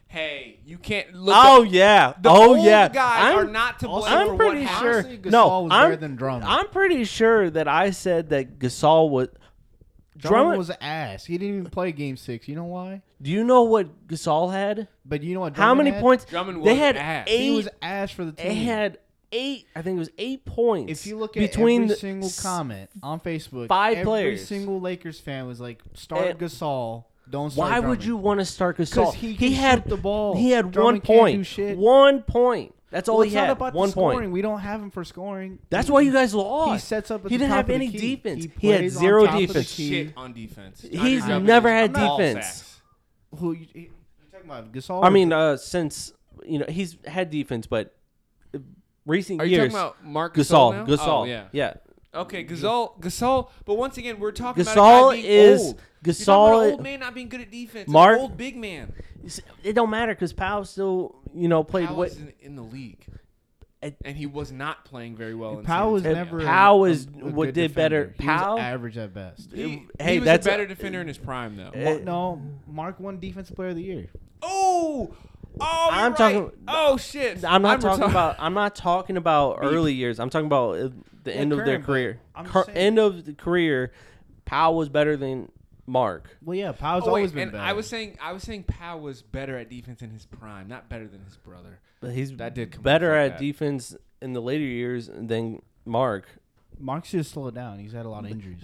hey, you can't look. oh up- yeah, the oh old yeah. guys I'm, are not to blame Also, for I'm what pretty happened. sure. Honestly, Gasol no, was I'm, better than Drummond. I'm pretty sure that I said that Gasol was. Drummond Drummond- was ass. He didn't even play game six. You know why? Do you know what Gasol had? But you know what? How Drummond many had? points? Drummond they was had ass. eight. He was ass for the team. they had eight. I think it was eight points. If you look at between every the- single s- comment on Facebook, five every players. single Lakers fan was like, "Start And- Gasol, don't start." Why would you want to start Gasol? 'Cause he can shoot the ball. He had one Drummond can't do point. shit. One point. That's all Well, he it's not had. about one the scoring. point. We don't have him for scoring. That's He- why you guys lost. He sets up. At he the didn't top have of the any key. defense. He, had plays on zero top of the defense. key. Shit on defense. Johnny He's Drummond never is had ball defense. sacks. Who you, you talking about? Gasol. I mean, uh, since you know he's had defense, but recent Are you years, talking about Mark Gasol, Gasol? now? Gasol, Oh, yeah, yeah. Okay, Gasol, Gasol, but once again, we're talking Gasol about a guy being is- old. You're talking about Gasol- an old man not being good at defense. An Mark- old big man. It don't matter because Powell still, you know, played Powell what? is in, in the league, It- and he was not playing very well. In Powell was San Antonio. never. Powell is- a- a what good did better. defender. He was Powell- average at best. He, Hey, he was that's- a better defender in his prime, though. Mar- no, Mark won Defensive Player of the Year. oh, oh, I'm I'm talking- talking. Oh shit! I'm not talking retar- about. I'm not talking about early years. I'm talking about uh, the end of their current, but career. I'm just Cur- saying- end of the career, Powell was better than Mark. Well, yeah, Powell's Oh, wait, always been and better. I was saying, I was saying, Powell was better at defense in his prime, not better than his brother. But he's That did come better off at like that. defense in the later years than Mark. Mark's just slowed down. He's had a lot of injuries.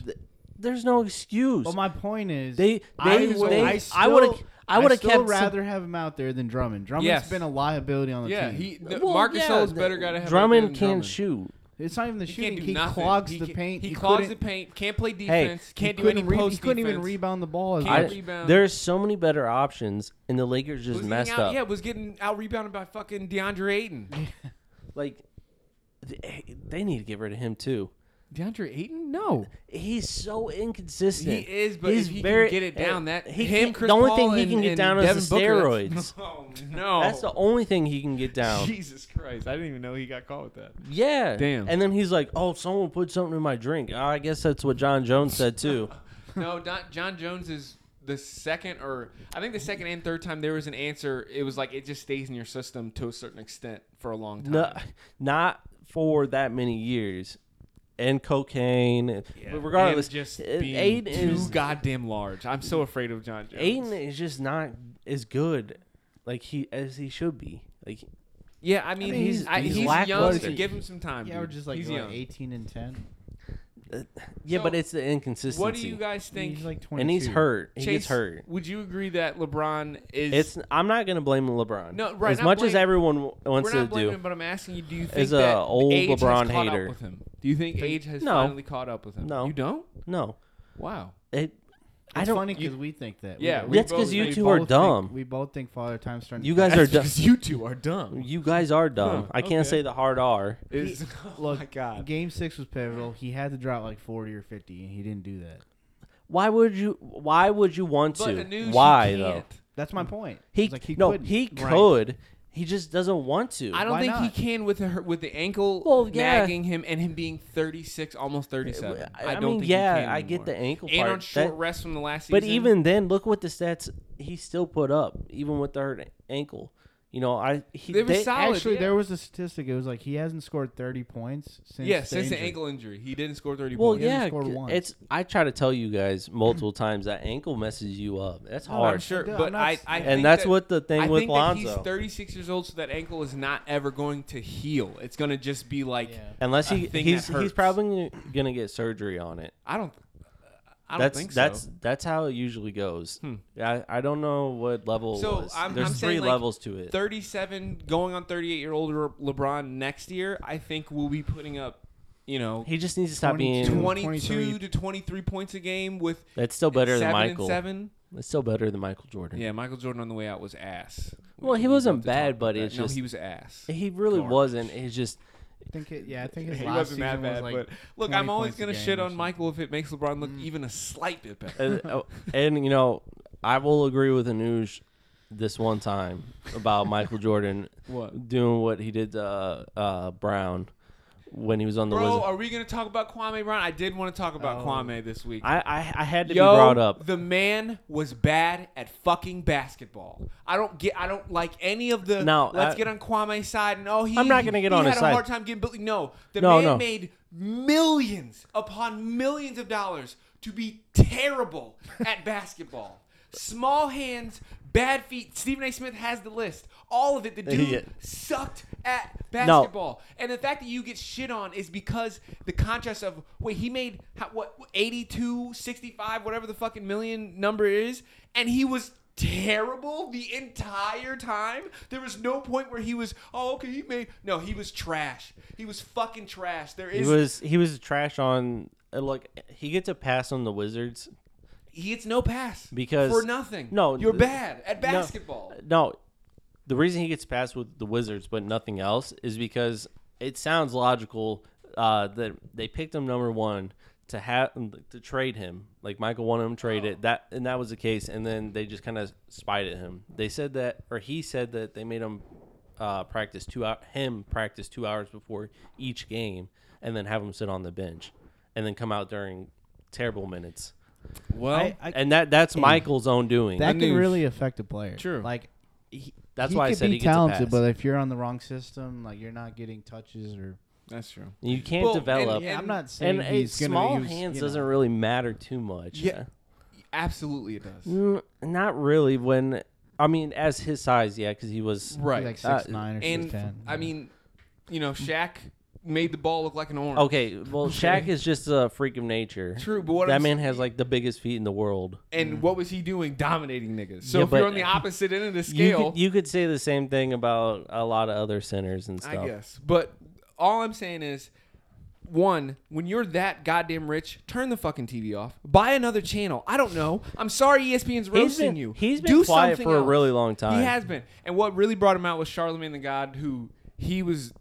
There's no excuse. But my point is, They- I they- would- they- I I would've- still- I would've still kept some- rather have him out there than Drummond. Drummond's Yes. been a liability on the Yeah, team. he the, Well, Marc yeah, Gasol's the- better guy to have. Drummond than can't Drummond. shoot. it's not even the He shooting. can't do He nothing. clogs He the can't- paint. He, couldn't- clogs the paint. Can't play defense. can't do couldn't any re- post He couldn't even defense. rebound the ball. as Can't much. re- rebound. There's so many better options, and the Lakers just Was messed getting out, up. Yeah, was getting out rebounded by fucking DeAndre Ayton. Like they- they need to get rid of him too. DeAndre Ayton? No, He's so inconsistent. he is. But He's if he very- eh, can get it down, that he him, can't- Chris the only Paul, thing he and- can get and down Devin is the Booker, that's- steroids. Oh no, That's the only thing he can get down. Jesus Christ! I didn't even know he got caught with that. yeah. Damn. And then he's like, "Oh, someone put something in my drink." Ah, I guess that's what John Jones said too. No, Don, John Jones is the second, or I think the second and third time there was an answer. It was like it just stays in your system to a certain extent for a long time. No, not for that many years. And cocaine, but regardless, And just uh, being Aiden too is goddamn large. I'm so afraid of John Jones. Aiden is just not as good, like he as he should be. Like Yeah, I mean, mean, he's he's- I, he's he's, young. lackluster. Give him some time. Yeah, dude. we're just like he's what, young. 18 and 10. Yeah, So, but it's the inconsistency. What do you guys think? He's like 22. And he's hurt. He Chase, gets hurt. would you agree that LeBron is? It's. I'm not gonna blame LeBron. No, right, As not much as blame- everyone w- we're wants to not blaming him, do. but I'm asking you: Do you think Is a that old age has LeBron caught hater. up with him? Do you think age has No. finally caught up with him? No. you don't. No, Wow. it. I It's don't. funny you- because we think that. Yeah, we, we That's 'cause both- you we two are both think- dumb. we both think Father Time's starting. You to guys are dumb. you two are dumb. You guys are dumb. Huh, I can't Hmm, okay. say the hard R. Is, oh look, my god. Game six was pivotal. He had to drop like forty or fifty, and he didn't do that. Why would you? Why would you want But to? the news, why you though? can't. That's my point. Mm. He, It's like no, couldn't. he Right. could. He just doesn't want to. I don't Why think he not? can with her with the ankle Well, yeah. Uh, nagging him and him being 36, almost 37. I, I don't mean, think yeah, he can I get anymore. the ankle and part. on short That- rest from the last season. But even then, look what the stats he still put up, even with the hurt ankle. You know, I he, They were solid, Actually, yeah. there was a statistic. It was like he hasn't scored thirty points since. yeah, since the injury. ankle injury, he didn't score 30 Well, points. He hasn't yeah, scored c- once. it's. I try to tell you guys multiple times that ankle messes you up. That's I'm hard. I'm sure, Dude, I'm but not- I, I And think that's that- what the thing I with think that Lonzo. he's 36 years old, so that ankle is not ever going to heal. It's going to just be like Yeah. Unless a he thing he's that hurts. he's probably gonna get surgery on it. I don't, I don't that's think so. Hmm. that's that's how it usually goes. I, I don't know what level. it So, was. I'm- there's I'm saying, three like, levels to it. 37 going on 38 year old LeBron next year, I think we'll be putting up, you know, he just needs to stop 22. being. 22 to 23 points a game with That's still better seven than and Michael. seven. It's still better than Michael Jordan. Yeah, Michael Jordan on the way out was ass. We- Well, he we wasn't love to bad, talk but about it's that. no, just- he was ass. He really Garbage. wasn't. It's just I think it, yeah, I think his He last wasn't that season was bad, like. but look, 20 I'm always points a gonna game shit or on something. Mm. Michael if it makes LeBron look even a slight bit better. and, oh, and you know, I will agree with Anuj this one time about Michael Jordan What? doing what he did to uh, uh, Brown when he was on the Bro, Wizards. are we gonna talk about Kwame Brown? I did want to talk about Oh. Kwame this week. I, I I had to Yo, be brought up. the man was bad at fucking basketball. I don't get. I don't like any of the. No, let's I- get on Kwame's side. And oh, he. I'm not gonna get he on had his a side. hard time getting. Billy. No, the No, man no. made millions upon millions of dollars to be terrible at basketball. Small hands, bad feet. Stephen A. Smith has the list. All of it. The dude Yeah. sucked at basketball, and the fact that you get shit on is because the contrast of wait, he made how, what 82, 65, whatever the fucking million number is, and he was terrible the entire time. There was no point where he was oh okay, he made no, he was trash. He was fucking trash. There He is he, was he was trash on. uh, Look, he gets a pass on the Wizards gets no pass Because- for nothing. no, you're th- bad at no. basketball. No, the reason he gets passed with the Wizards but nothing else is because it sounds logical uh, that they picked him number one to have to trade him. Like Michael wanted him Oh. traded that, and that was the case. And then they just kind of spied at him. They said that, or he said that they made him uh, practice two hou- him practice two hours before each game, and then have him sit on the bench, and then come out during terrible minutes. Well, I, I, and that that's Michael's own doing. that can news. really affect a player. True. Like he, That's he why I could said be he gets a talented, pass. but if you're on the wrong system, like you're not getting touches or. that's true. you can't Well, and- develop. yeah, Yeah, I'm not saying and a he's gonna small use, hands you know, doesn't really matter too much. Yeah. Absolutely, it does. Mm, not really. When I mean, as his size, yeah, because he was Right. He's like Uh, six nine or six and ten. I mean, you know, Shaq made the ball look like an orange. Okay, well, Shaq is just a freak of nature. True, but what that I'm man s- has like the biggest feet in the world. And what was he doing? Dominating niggas. So Mm. Yeah, if you're but- on the opposite end of the You scale, could, you could say the same thing about a lot of other centers and stuff. I guess. But all I'm saying is, one, when you're that goddamn rich, turn the fucking TV off. Buy another channel. I don't know. I'm sorry, E ESPN's roasting been- you. he's been quiet something for a really long time. He has been. And what really brought him out was Charlemagne the God, who he was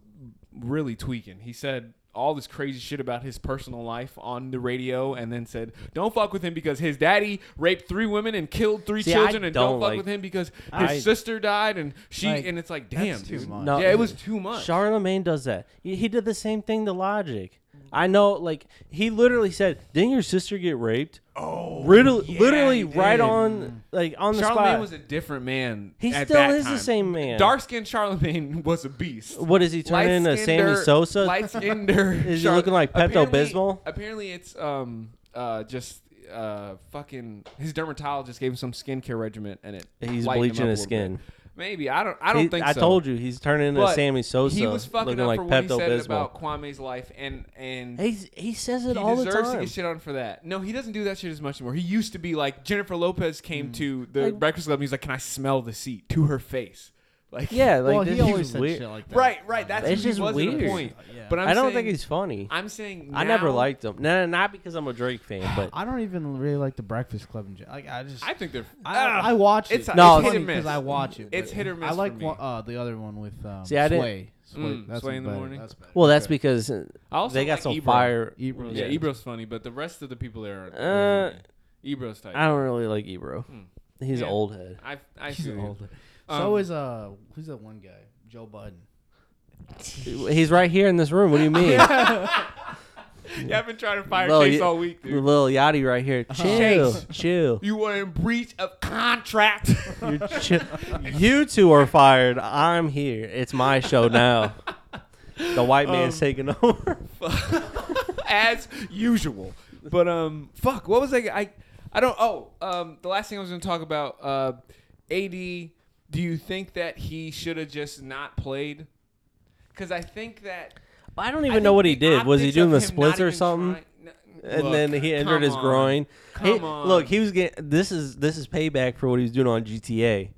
really tweaking. He said all this crazy shit about his personal life on the radio, and then said, "Don't fuck with him because his daddy raped three women and killed three See, I children, and don't don't fuck like- with him because his I- sister died and she." Like, and it's like, that's damn, too dude. much. No, yeah, it was too much. Charlemagne does that. He, he did the same thing to Logic. I know, like he literally said, "Didn't your sister get raped?" Oh, yeah, literally he right did. on, like on the Charlemagne spot. was a different man. He at still that is the time. same man. Dark skinned Charlemagne was a beast. what is he turning into? Sammy Sosa? Light skinder. Is he looking like Pepto-Bismol? Apparently, it's um uh just uh fucking his dermatologist gave him some skincare regimen and it lightened He's him bleaching up a his little bit. skin. Maybe I don't. I don't He- think. I so. told you he's turning into But Sammy Sosa. He was fucking looking up like for what he Pepto said Bismol. about Kwame's life, and and He he says it he all the deserves to time. get shit on for that. No, he doesn't do that shit as much anymore. He used to be like Jennifer Lopez came Mm. to the Breakfast Club. and He's like, "Can I smell the seat to her face?" Like, yeah, like well, this he is always said weird. shit like that. right, right. That's It's who just he was at a weird. point. Yeah. But I'm I don't saying, think he's funny. I'm saying I never now- liked him. No, no, not because I'm a Drake fan, but I don't even really like the Breakfast Club in general. Like I just I think they're. I, Ugh. I watch it. Ah, It's, It's No, no, it's it's hit funny and miss. I watch it. It's but hit or miss I like for me. One, uh, the other one with um, See, I didn't- Sway. Sway, Mm, that's Sway in the better. Morning. That's better. well, that's because uh, I also they got like some Ebro. fire. Ebro. Yeah, Yeah. Ebro's funny, but the rest of the people there are Uh, Ebro's type. I don't really like Ebro. He's Hmm. Yeah. an old head. I I He's see an you. old. so Um, is uh, who's that one guy? Joe Budden. He's right here in this room. What do you mean? Yeah, I've been trying to fire Lil Chase Ye- all week, dude. Lil Yachty right here. Chill, Uh-huh. Chase. chill. You were in breach of contract. You're chill. You two are fired. I'm here. It's my show now. The white Um, man's taking over. as usual. But um, fuck, what was I? I I don't. Oh, um, the last thing I was going to talk about, uh, AD. Do you think that he should have just not played? Because I think that I don't I even know think what he the did. Was he optics doing of the him splits not or even something? trying- n- and look, then he come injured his on. groin. He- Come on. Look, he was getting this is this is payback for what he was doing on GTA.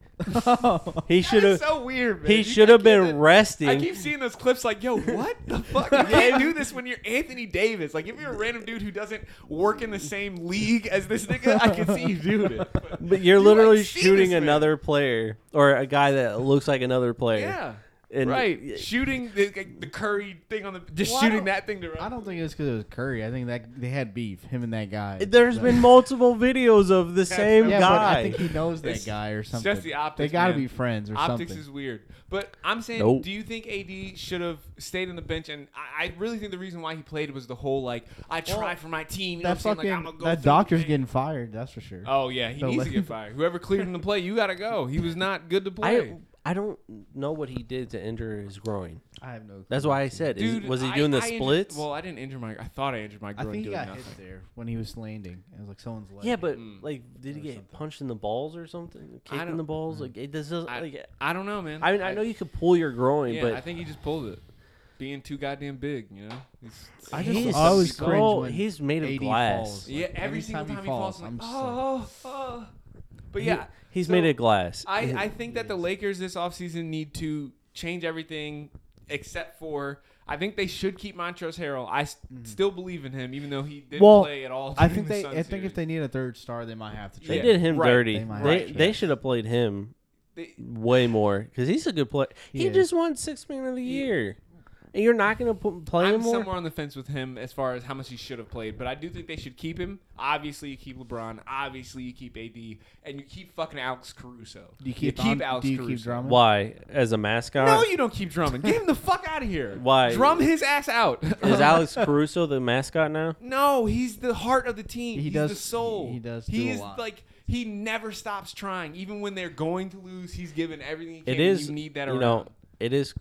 he should That have is so weird. Man. he You- should I have can't- been I resting. keep seeing those clips like, yo, what the fuck? You can't do this when you're Anthony Davis. Like, if you're a random dude who doesn't work in the same league as this nigga, I can see you doing it. but you're you, like, literally see this shooting man. another player or a guy that looks like another player. Yeah. And- right. Shooting the, the Curry thing on the. Just Well, I shooting don't- that thing to run. I don't think it was because it was Curry. I think that they had beef. Him and that guy. There's been multiple videos of the same yeah, but I guy. think he knows that It's- guy or just something. the optics, They gotta man. be friends or Optics something. is weird. But I'm saying, Nope. do you think AD should have stayed on the bench? And I, I really think the reason why he played was the whole, like, I try for my team. You know that what I'm saying? fucking Like, I'm gonna go that through the doctor's pain. getting fired. That's for sure. Oh yeah, he Don't needs let- to get fired. Whoever cleared him to play, you gotta go. He was not good to play. I I don't know what he did to injure his groin. I have no. That's why I said, is- Dude, was he I- doing the I injured- splits? well, I didn't injure my. I thought I injured my I groin think he doing got nothing. hit there when he was landing. It was like someone's leg. yeah, but Mm. like, did he Or get something. punched in the balls or something? Kicked in don't- mm. the balls? Like it does. not I, Like I don't know, man. I mean, I know you could pull your groin, Yeah, but I think he just pulled it, being too goddamn big. You know. He's, I just he's always so- cringe when he's made of 80 glass. falls. yeah, Like, every every single time time he he falls, falls, I'm like, I'm just oh, oh. But He- yeah, he's so made of glass. I, I think that the Lakers this offseason need to change everything except for. I think they should keep Montrose Harrell. I s- still believe in him, even though he didn't Mm-hmm. Well, play at all. I during think the they. Sun I think series. if they need a third star, they might have to they trade. did him right. dirty. They might They have to. they should have played him They- way more because he's a good player. He, He is. just won six man of the year, and you're not gonna put, play him I'm more. somewhere on the fence with him as far as how much he should have played, but I do think they should keep him. Obviously, you keep LeBron. Obviously, you keep AD, and you keep fucking Alex Caruso. Do you keep, on, do you keep drumming? Why? As a mascot? No, you don't keep drumming. Get him the fuck out of here. Why? Drum his ass out. Is Alex Caruso the mascot now? no, he's the heart of the team. He he's does- the soul. he- he does do He a is lot. like he never stops trying, even when they're going to lose. He's giving everything he can. It and is. You need that. You around. know, it is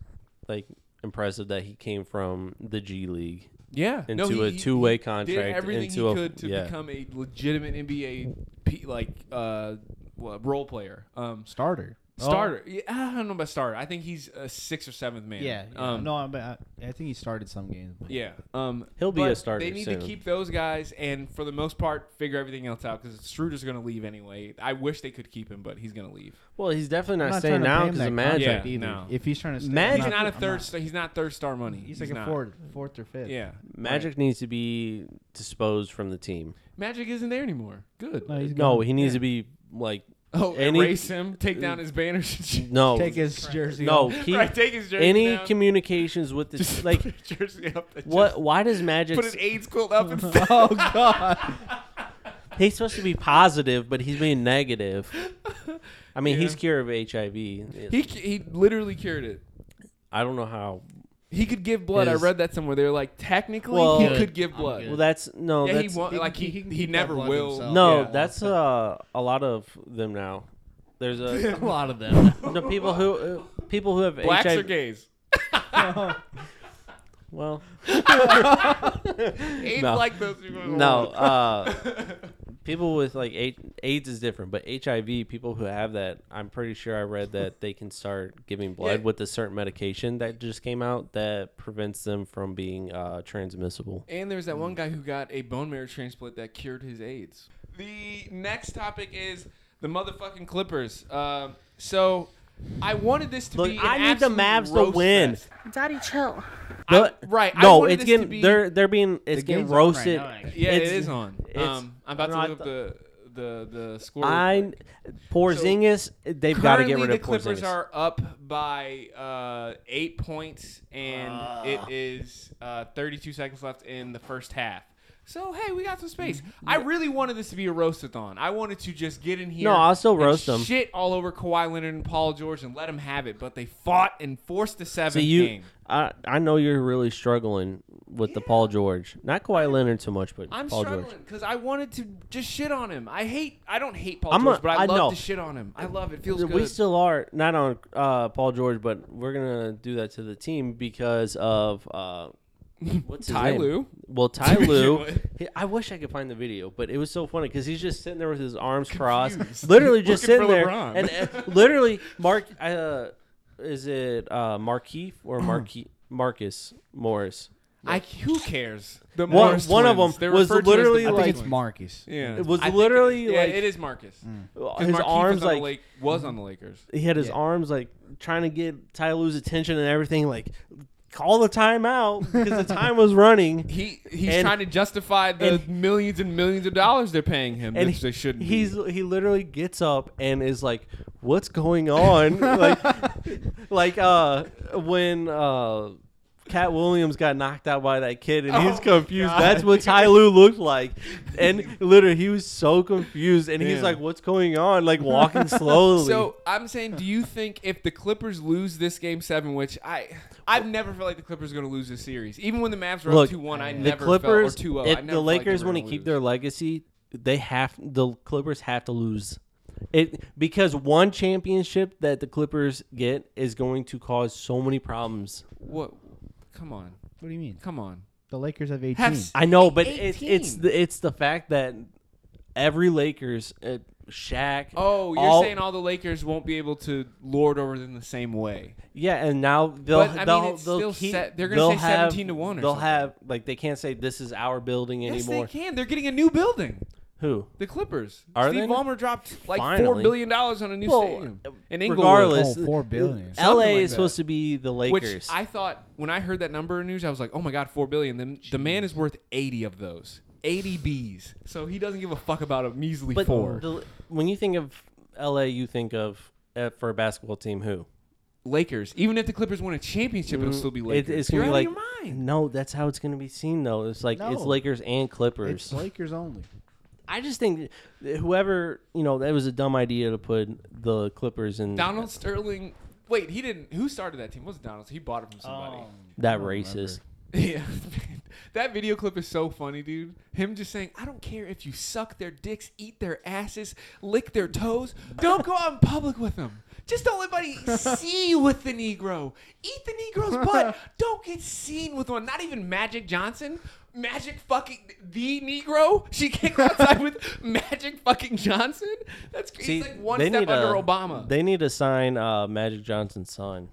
like impressive that he came from the G League. Yeah, into a two-way contract, Did everything into he a- could to yeah. become a legitimate NBA p- like uh well, role player, um Starter. Oh. starter. Yeah, I don't know about starter. I think he's a sixth or seventh man. Yeah. yeah. Um, no, I, but I, I think he started some games. but- Yeah. Um, He'll be but a starter They need soon. to keep those guys and, for the most part, figure everything else out because Struder's going to leave anyway. I wish they could keep him, but he's going to leave. Well, he's definitely I'm not, not staying trying to now pay him because that of contract Magic. Yeah, either. no. If he's trying to, stay, Magic- He's I'm not a I'm third. Star, he's not third star money. He's like not. a fourth, fourth or fifth. Yeah. Magic needs to be disposed from the team. Magic isn't there anymore. Good. No, he's No, gone. he needs to be like oh, any- uh, erase him. Take down his banners. and shit. no, take his jersey. no. off. Keep right. Take his jersey. any down. communications with the Just like. put his jersey up. and What? Why does just Magic? Put an AIDS quilt up and Oh God. He's supposed to be positive, but he's being negative. I mean, he's cured of HIV. he he literally cured it. I don't know how. He could give blood. His- I read that somewhere. They were like, technically, Well- he Good. could give blood. good. Well, that's no. yeah, he that's, won't. he- like he he he, can keep that never blood will. himself. No, Yeah. that's uh, a lot of them now. There's a a lot of them. the people who uh, people who have Blacks HIV. are gays. Well, Ain't No. like those people. no, uh, people with like H- AIDS is different, but HIV people who have that, I'm pretty sure I read that they can start giving blood with a certain medication that just came out that prevents them from being uh, transmissible. And there's that Mm. one guy who got a bone marrow transplant that cured his AIDS. The next topic is the motherfucking Clippers. Um, so I wanted this to Look, be. an I need the absolute Mavs to roast win. fest. Daddy, chill. I- right, I No, wanted it's this to getting be- they're they're being it's getting game's on right roasted. now, actually. Yeah, It's- it is on. it's- Um, I'm about to no, I look up th- the the the score. I Porzingis, they've got to get rid Currently, of the Clippers Porzingis. are up by uh, eight points, and Ah. it is uh, 32 seconds left in the first half. So hey, we got some space. Mm-hmm. I really wanted this to be a roastathon. I wanted to just get in here. No, I'll still and roast 'em. Shit all over Kawhi Leonard and Paul George and let them have it. But they fought and forced the seventh So you, game. I, I know you're really struggling with the Paul George, not Kawhi Leonard so much, but I'm Paul struggling George. because I wanted to just shit on him. I hate. I don't hate Paul I'm a- George, but I, I love know. to shit on him. I love it. Feels We good. still are not on uh, Paul George, but we're gonna do that to the team because of uh, what's his Ty name? Lue. Well, Ty Lue. with. he- I wish I could find the video, but it was so funny because he's just sitting there with his arms crossed, Confused. literally just Looking sitting for there, LeBron. and uh, literally Mark. Uh, is it uh, Markeith or Marquis Marcus Morris? I who cares? The One- Morris one of twins. them They're was referred to as the literally I Morris think like- it's twins. Marcus. Yeah, It was I think literally it is. yeah, like- it is Marcus. 'Cause Mm. His Markeith arms was on like the lake, was on the Lakers. he had his arms like trying to get Ty Lue's attention and everything, like call the timeout because the time was running. He he's And- trying to justify the and- millions and millions of dollars they're paying him, And which they shouldn't. be. he's he literally gets up and is like, "What's going on?" like, like uh, when uh, Cat Williams got knocked out by that kid and he's Oh, confused. God. That's what Ty Lue looked like, and literally he was so confused and he's Yeah. like, "What's going on?" Like walking slowly. So I'm saying, do you think if the Clippers lose this game seven, which I I've never felt like the Clippers are going to lose this series, even when the Mavs were Look, up two one, I the never Clippers, felt or two if the Lakers want to keep their legacy, they have the Clippers have to lose it because one championship that the Clippers get is going to cause so many problems. what? Come on, What do you mean? come on. The Lakers have 18. Have s- I know, but it, 18. it's the, it's the fact that every Lakers, uh, Shaq, Oh, you're saying all the Lakers won't be able to lord over them the same way. yeah, and now they'll But, I mean, they'll, it's they'll still keep, set- they're gonna they'll say have, 17 to 1 or they'll something. have like they can't say this is our building Yes, anymore. they can. They're getting a new building. Who? The Clippers. Are Steve they now? Ballmer dropped like Finally. four billion dollars on a new Well, stadium in Inglewood. Regardless, Oh, four billion. LA Something like is that. supposed to be the Lakers. Which I thought when I heard that number in news, I was like, "Oh my god, four billion! Then the man is worth eighty of those, eighty Bs. So he doesn't give a fuck about a measly But four. the- when you think of LA, you think of uh, for a basketball team who? Lakers. Even if the Clippers win a championship, it'll still be Mm, It- Lakers. it's You're gonna out be of like your mind. no. That's how it's gonna be seen though. It's like it's No. Lakers and Clippers. It's Lakers only. I just think that whoever you know that was a dumb idea to put the Clippers in Donald Sterling. Wait, he didn't. Who started that team? It wasn't Donald? He bought it from somebody. Oh, that don't racist. Yeah. that video clip is so funny, dude. Him just saying, I don't care if you suck their dicks, eat their asses, lick their toes. Don't go out in public with them. Just don't let anybody see you with the Negro. Eat the Negro's butt. Don't get seen with one. Not even Magic Johnson. Magic fucking the Negro. She can't go outside with Magic fucking Johnson. That's crazy. It's like one they step need under a- Obama. They need to sign uh, Magic Johnson's son.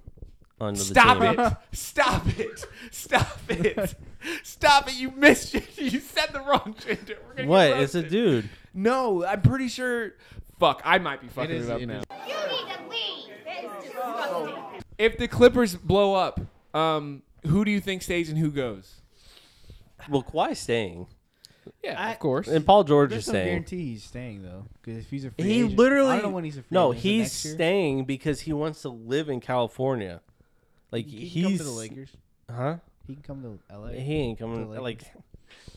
Under Stop the team. it! Stop it! Stop it! Stop it! You missed it! You said the wrong gender. We're gonna get What? It's a roasted. dude. No, I'm pretty sure. Fuck, I might be fucking it, is- up it now. is. You need a weed. That's disgusting. If the Clippers blow up, um, who do you think stays and who goes? Well, Kawhi's staying, Yeah, of course. and Paul George There's is no staying. guarantee he's staying though, because if he's a free He agent- literally I don't know when he's a free no. agent. Is it He's next year? staying because he wants to live in California. Like He can he's come to the Lakers. huh? He can come to LA. He ain't coming. The Like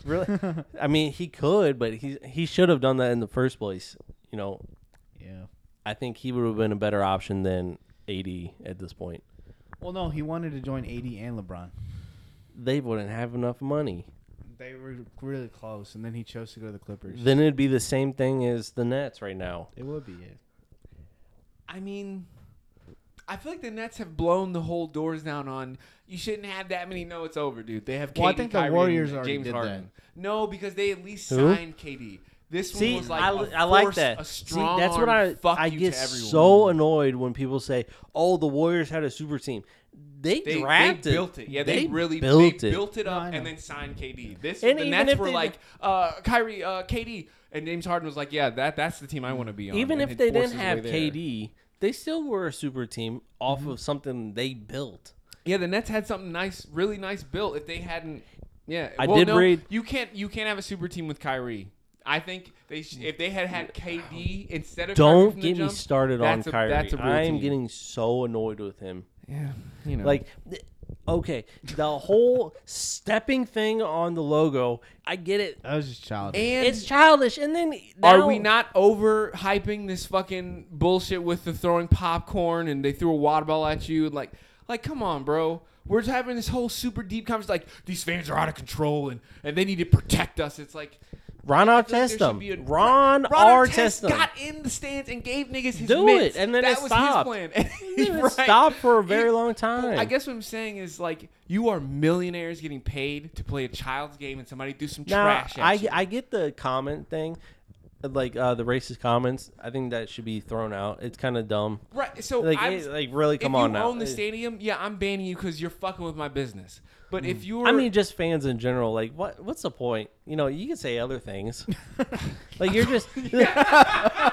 Lakers. really? I mean, he could, but he he should have done that in the first place. You know, yeah. I think he would have been a better option than AD at this point. Well, no, he wanted to join AD and LeBron. They wouldn't have enough money. They were really close, and then he chose to go to the Clippers. Then it'd be the same thing as the Nets right now. it would be it. I mean, I feel like the Nets have blown the whole doors down on. You shouldn't have that many. No, it's over, dude. They have. KD, Well, I think the Kyrie, and Warriors already James did Harden. No, because they at least Who? signed KD. This See, one was like I, a I like force- that. A See, strong that's what arm I fuck I you get to everyone. so annoyed when people say, "Oh, the Warriors had a super team." They, They, they drafted, built it. Yeah, they, really built they it. built it I up know. and then signed KD. This And and even the Nets if were they- like uh, Kyrie, uh, KD, and James Harden was like, yeah, that that's the team I want to be on. Even And if it they forced his didn't way have there. Mm-hmm. KD, they still were a super team off of something they built. Yeah, the Nets had something nice, really nice built. If they hadn't, yeah, I did read- You can't you can't have a super team with Kyrie. I think they sh- if they had had KD instead of Kyrie Don't from the get me jump, started on that's a- Kyrie. That's a real I am team. getting so annoyed with him. yeah, you know, Like, th- okay, the whole stepping thing on the logo, I get it. That was just childish. and It's childish. And then Are now- we not over hyping this fucking bullshit with the throwing popcorn and they threw a water ball at you? Like, like, come on, bro. We're just having this whole super deep conversation. Like, these fans are out of control and, and they need to protect us. It's like Ron I feel like there should Artestum? be a- Ron, Ron Artestum. got in the stands and gave niggas his Do mitts. it, and then that it was stopped. his plan. then it Right. stopped for a very You- long time. I guess what I'm saying is like you are millionaires getting paid to play a child's game and somebody do some Now, trash. At I, you. I get the comment thing, like uh, the racist comments. I think that should be thrown out. It's kind of dumb. Right. So Like, I'm, it- like, really, come if on you now. own the stadium, yeah, I'm banning you because you're fucking with my business. But if you were, Mm. I mean, just fans in general. Like, what? What's the point? You know, you can say other things. like, you're just yeah.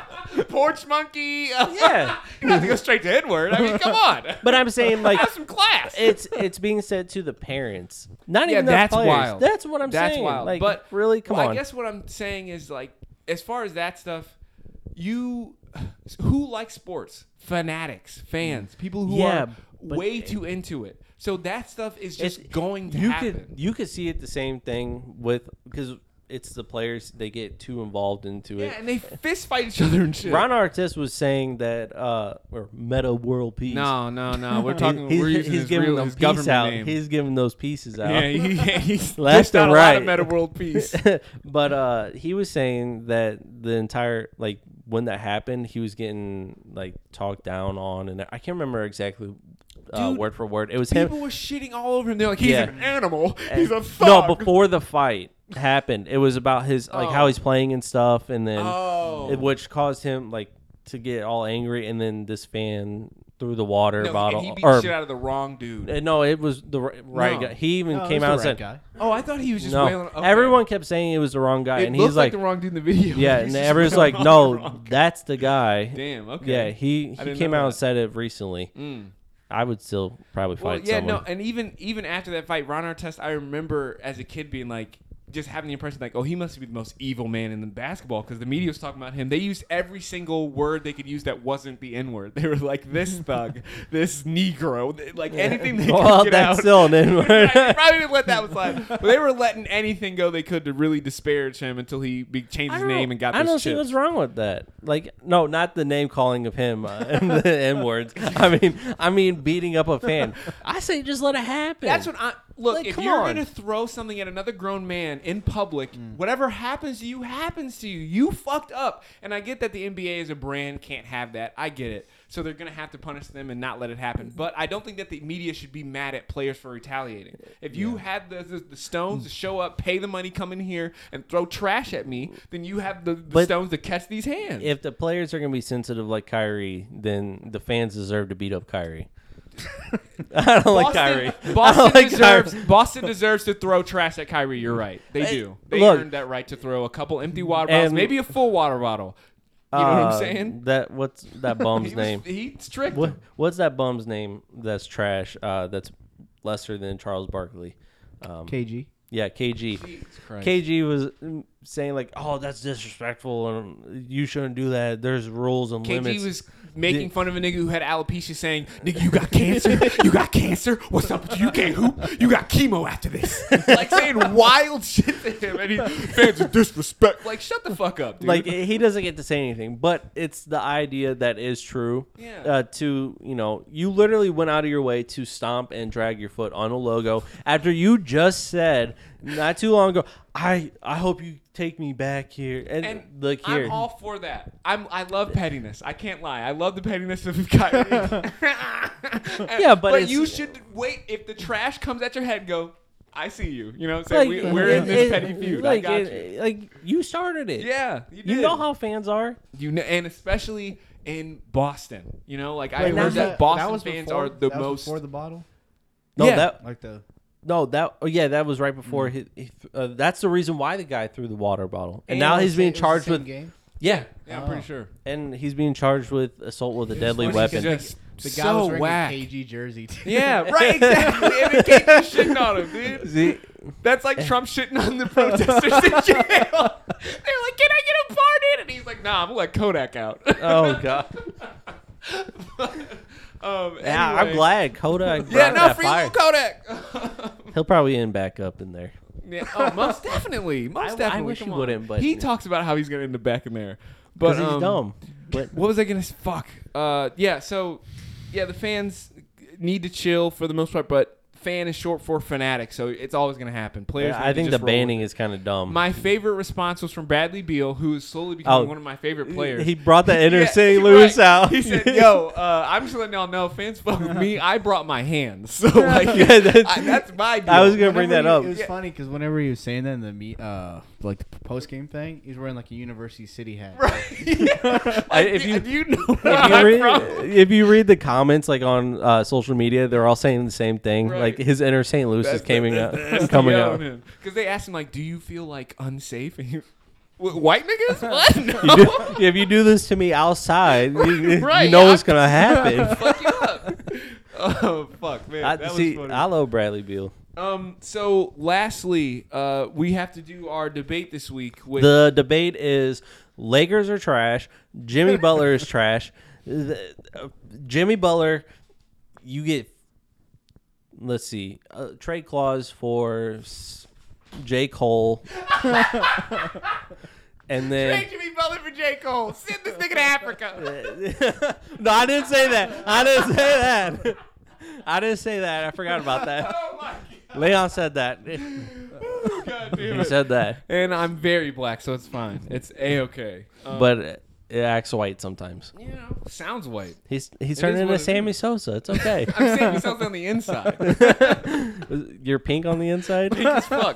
porch monkey. you have to go straight to Edward. I mean, come on. But I'm saying like have some class. it's it's being said to the parents, not yeah, even the that's players. wild. That's what I'm that's saying. Wild. Like, but really, come well, on. I guess what I'm saying is like, as far as that stuff, you who likes sports fanatics, fans, people who Yeah, are but- way too into it. So that stuff is It's- just going to you happen. Could, you could see it the same thing with because it's the players they get too involved into yeah, it. and they fist fight each other and shit. Ron Artest was saying that uh or meta world peace. No, no, no. We're talking. he's, we're using he's his, giving real, them his peace government out. name. He's giving those pieces out. yeah, he, he's Left dished out and a lot right. of meta world peace. but uh he was saying that the entire like when that happened, he was getting like talked down on and I can't remember exactly uh, Dude, word for word. It was him People were shitting all over him. They're like, he's Yeah. an animal. He's a No, thug. before the fight happened, it was about his like how Oh. he's playing and stuff, and then Oh. it- which caused him like to get all angry, and then this fan threw the water No, bottle. and he beat or, the shit out of the wrong dude. uh, no, it was the ri- right No. guy. He even No, it came was out the and right said, Oh, I thought he was just "No." wailing. okay. Everyone kept saying it was the wrong guy, it and looked he's like, like, the wrong dude in the video. "Yeah," He's and just everyone's like, wailing on the "No, wrong guy." that's the guy." Damn. Okay. Yeah, he, I he didn't came know out and that. Mm. said it recently. I would still probably fight Well, yeah, someone. no, and even even after that fight, Ron Artest, I remember as a kid being like, just having the impression like, oh, he must be the most evil man in the basketball because the media was talking about him. They used every single word they could use that wasn't the N word. They were like this thug, this Negro, th- like anything they well, could get out. that's still an Right, they N-word. probably didn't let that slide. But they were letting anything go they could to really disparage him until he be- changed I his don't- name and got. I those don't see chips. what's wrong with that. Like, no, not the name calling of him uh, and the N words. I mean, I mean beating up a fan. I say just let it happen. That's what I look. Like, if come you're on. Mm. gonna throw something at another grown man in public, whatever happens to you happens to you. You fucked up, and I get that the NBA as a brand can't have that. I get it. So they're gonna have to punish them and not let it happen. But I don't think that the media should be mad at players for retaliating. If you had the, the, the stones to show up, pay the money, come in here and throw trash at me, then you have the, the But- stones to catch these hands. If the players are going to be sensitive like Kyrie, then the fans deserve to beat up Kyrie. I don't like Kyrie. I don't Boston like deserves. Kyrie. Boston deserves to throw trash at Kyrie. You're right. They Hey, do. They look. earned that right to throw a couple empty water bottles, And- maybe a full water bottle. You know what Uh, I'm saying? That what's that He, bum's was- name? he tricked. What him. what's that bum's name? That's trash. Uh, that's lesser than Charles Barkley. Um, KG. Yeah, KG. Christ. KG was mm, saying like, "Oh, that's disrespectful, and you shouldn't do that. There's rules and limits." KG was making fun of a nigga who had alopecia, saying, "Nigga, you got cancer. you got cancer. What's up with you? You can't hoop. You got chemo after this." Like saying wild shit to him, and he fans are disrespect. Like, shut the fuck up, dude. like he doesn't get to say anything, but it's the idea that is true. Yeah. Uh, to you know, you literally went out of your way to stomp and drag your foot on a logo after you just said not too long ago. I I hope you take me back here and, And look here. I'm all for that. I'm I love pettiness. I can't lie. I love the pettiness of Kyrie. yeah, but it's- you should wait if the trash comes at your head. Go. I see you. You know, what I'm saying we, we're in it- this it- petty feud. Like, I got it- you. it- like you started it. Yeah, you, You did. know how fans are. you know, and especially in Boston. You know, like I Wait, heard was that, Boston fans before- are the that was most. before the bottle, No, Yeah. that like the no, that oh yeah, that was right before he. he uh, that's the reason why the guy threw the water bottle, and, now It he's was- being it was the charged same with game. yeah, yeah, I'm Oh. pretty sure. and he's being charged with assault with a deadly funny weapon. because Just The guy so was wearing whack. a KG jersey. too. Yeah, right, exactly. and it came to shitting on him, dude. See, That's like Trump shitting on the protesters in jail. They're like, "Can I get a pardon?" And he's like, "Nah, I'm gonna let Kodak out." oh god. um, Yeah, I'm anyway. glad Kodak. Yeah, brought no, that free fire. Lil Kodak. He'll probably end back up in there. yeah, oh, most definitely, most I definitely. wish he come on. wouldn't, but- he talks about how he's gonna end up back in there. But Because um, he's dumb. But What was I gonna s- fuck? Uh, yeah. So, yeah, the fans need to chill for the most part, but fan is short for fanatic, so it's always gonna happen. Players, need I to think the just roll with banning it. is kind of dumb. My favorite response was from Bradley Beal, who is slowly becoming Oh. one of my favorite players. He brought the inner Yeah, city right. loose out. He said, "Yo, uh, I'm just letting y'all know, fans fuck with me. I brought my hands, so like Yeah, that's- I, that's my deal." I was gonna bring that Whenever up. he- It was Yeah. funny because whenever he was saying that in the meet, uh, like the post game thing, he's wearing like a University City hat. Right. I- if Do- you- do you know where if, I'm you from? read, if you read the comments like on uh, social media, they're all saying the same thing. Right. Like his inner St. Louis is coming up, coming up. because they asked him like, "Do you feel like unsafe?" And he, "Wh- white niggas, what? You No, do- if you do this to me outside, you, Right, you know yeah, what's I'm- gonna happen. fuck you up." Oh fuck, man, I, that see, was funny. I love Bradley Beal. um, so lastly, uh, we have to do our debate this week. With The debate is Lakers are trash. Jimmy Butler is trash. The- uh, Jimmy Butler, you get. Let's see, uh, trade clause for s- J Cole, and then. Trade Jimmy Butler for J Cole. Send this nigga to Africa. no, I didn't say that. I didn't say that. I didn't say that. I forgot about that. Oh my god. Leon said that. Oh, god damn He it. said that, and I'm very black, so it's fine. It's a okay. Um, but it acts white sometimes. you know, sounds white. He's he's It turning is what into it Sammy is. Sosa. It's okay. I'm saying he sounds on the inside. You're pink on the inside. Pink as fuck,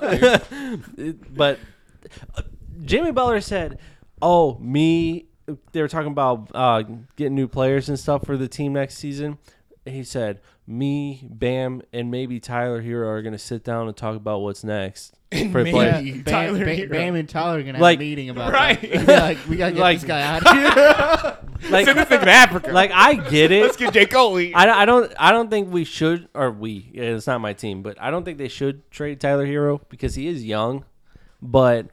dude. but uh, Jimmy Butler said, "Oh, me." They were talking about uh, getting new players and stuff for the team next season. He said, "Me, Bam, and maybe Tyler here are going to sit down and talk about what's next for maybe- players." Bam, Tyler Bam, Hero. Bam and Tyler are gonna have Like- a meeting about Right. that. They're like we gotta get Like- this guy out of here. Like, Send this nigga to Africa. like I get it. Let's get J Cole. eat. I, I don't I don't think we should or we yeah, it's not my team, but I don't think they should trade Tyler Hero because he is young. But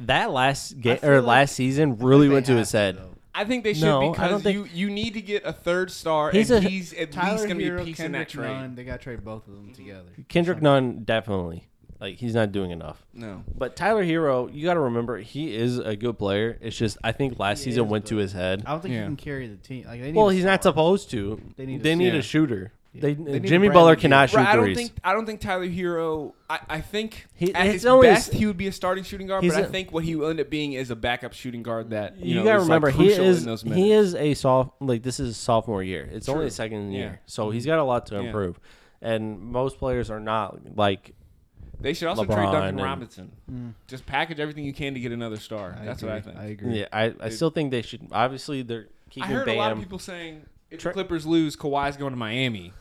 that last game or last season really they went to have his to, head. though. I think they should No, I because don't think- you, you need to get a third star, He's and a- he's at least Tyler going to be Hero, a piece in that Kendrick trade. Nunn, they gotta trade both of them together. Kendrick Nunn definitely like he's not doing enough. No. But Tyler Hero, you got to remember he is a good player. It's just I think last season is, went to but- his head. I don't think Yeah. he can carry the team. Like they need Well, a he's not star. supposed to. They They need need, a- a Yeah. shooter. They, need Jimmy a Butler Bradley cannot shoot Right, I don't threes. think I don't think Tyler Hero. I, I think He- at it's his only- best he would be a starting shooting guard, he's but I a- think what he will end up being is a backup shooting guard that you, you, know, gotta is, like, remember he crucial in is those he minutes. is a soft like this is his sophomore year. It's only True. his second Yeah. year, so he's got a lot to Yeah. improve. And most players are not like They should also trade LeBron Duncan and- Robinson. Just package everything you can to get another star. Mm. I That's agree. what I think. I I, agree. yeah. I, I still think they should. Obviously, they're keeping heard a lot of Bam. people saying if Tra- the Clippers lose, Kawhi's going to Miami.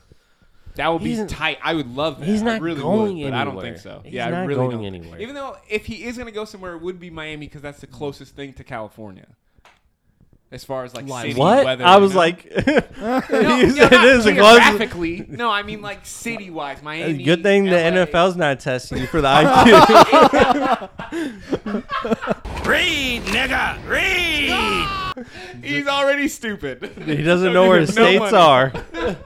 That would be He's- tight. I would love that. he's I not really going would, but I don't anywhere. think so. He's yeah, I not really going don't. anywhere. Even though if he is going to go somewhere, it would be Miami because that's the closest thing to California. As far as like city What weather, I you was know? like, no, you no, said not it is a glove. geographically. no, I mean like city wise, Miami. Good thing the LA. NFL's not testing you for the IQ. Read, nigga! Read! He's already stupid. he doesn't know where the No states money. Uh,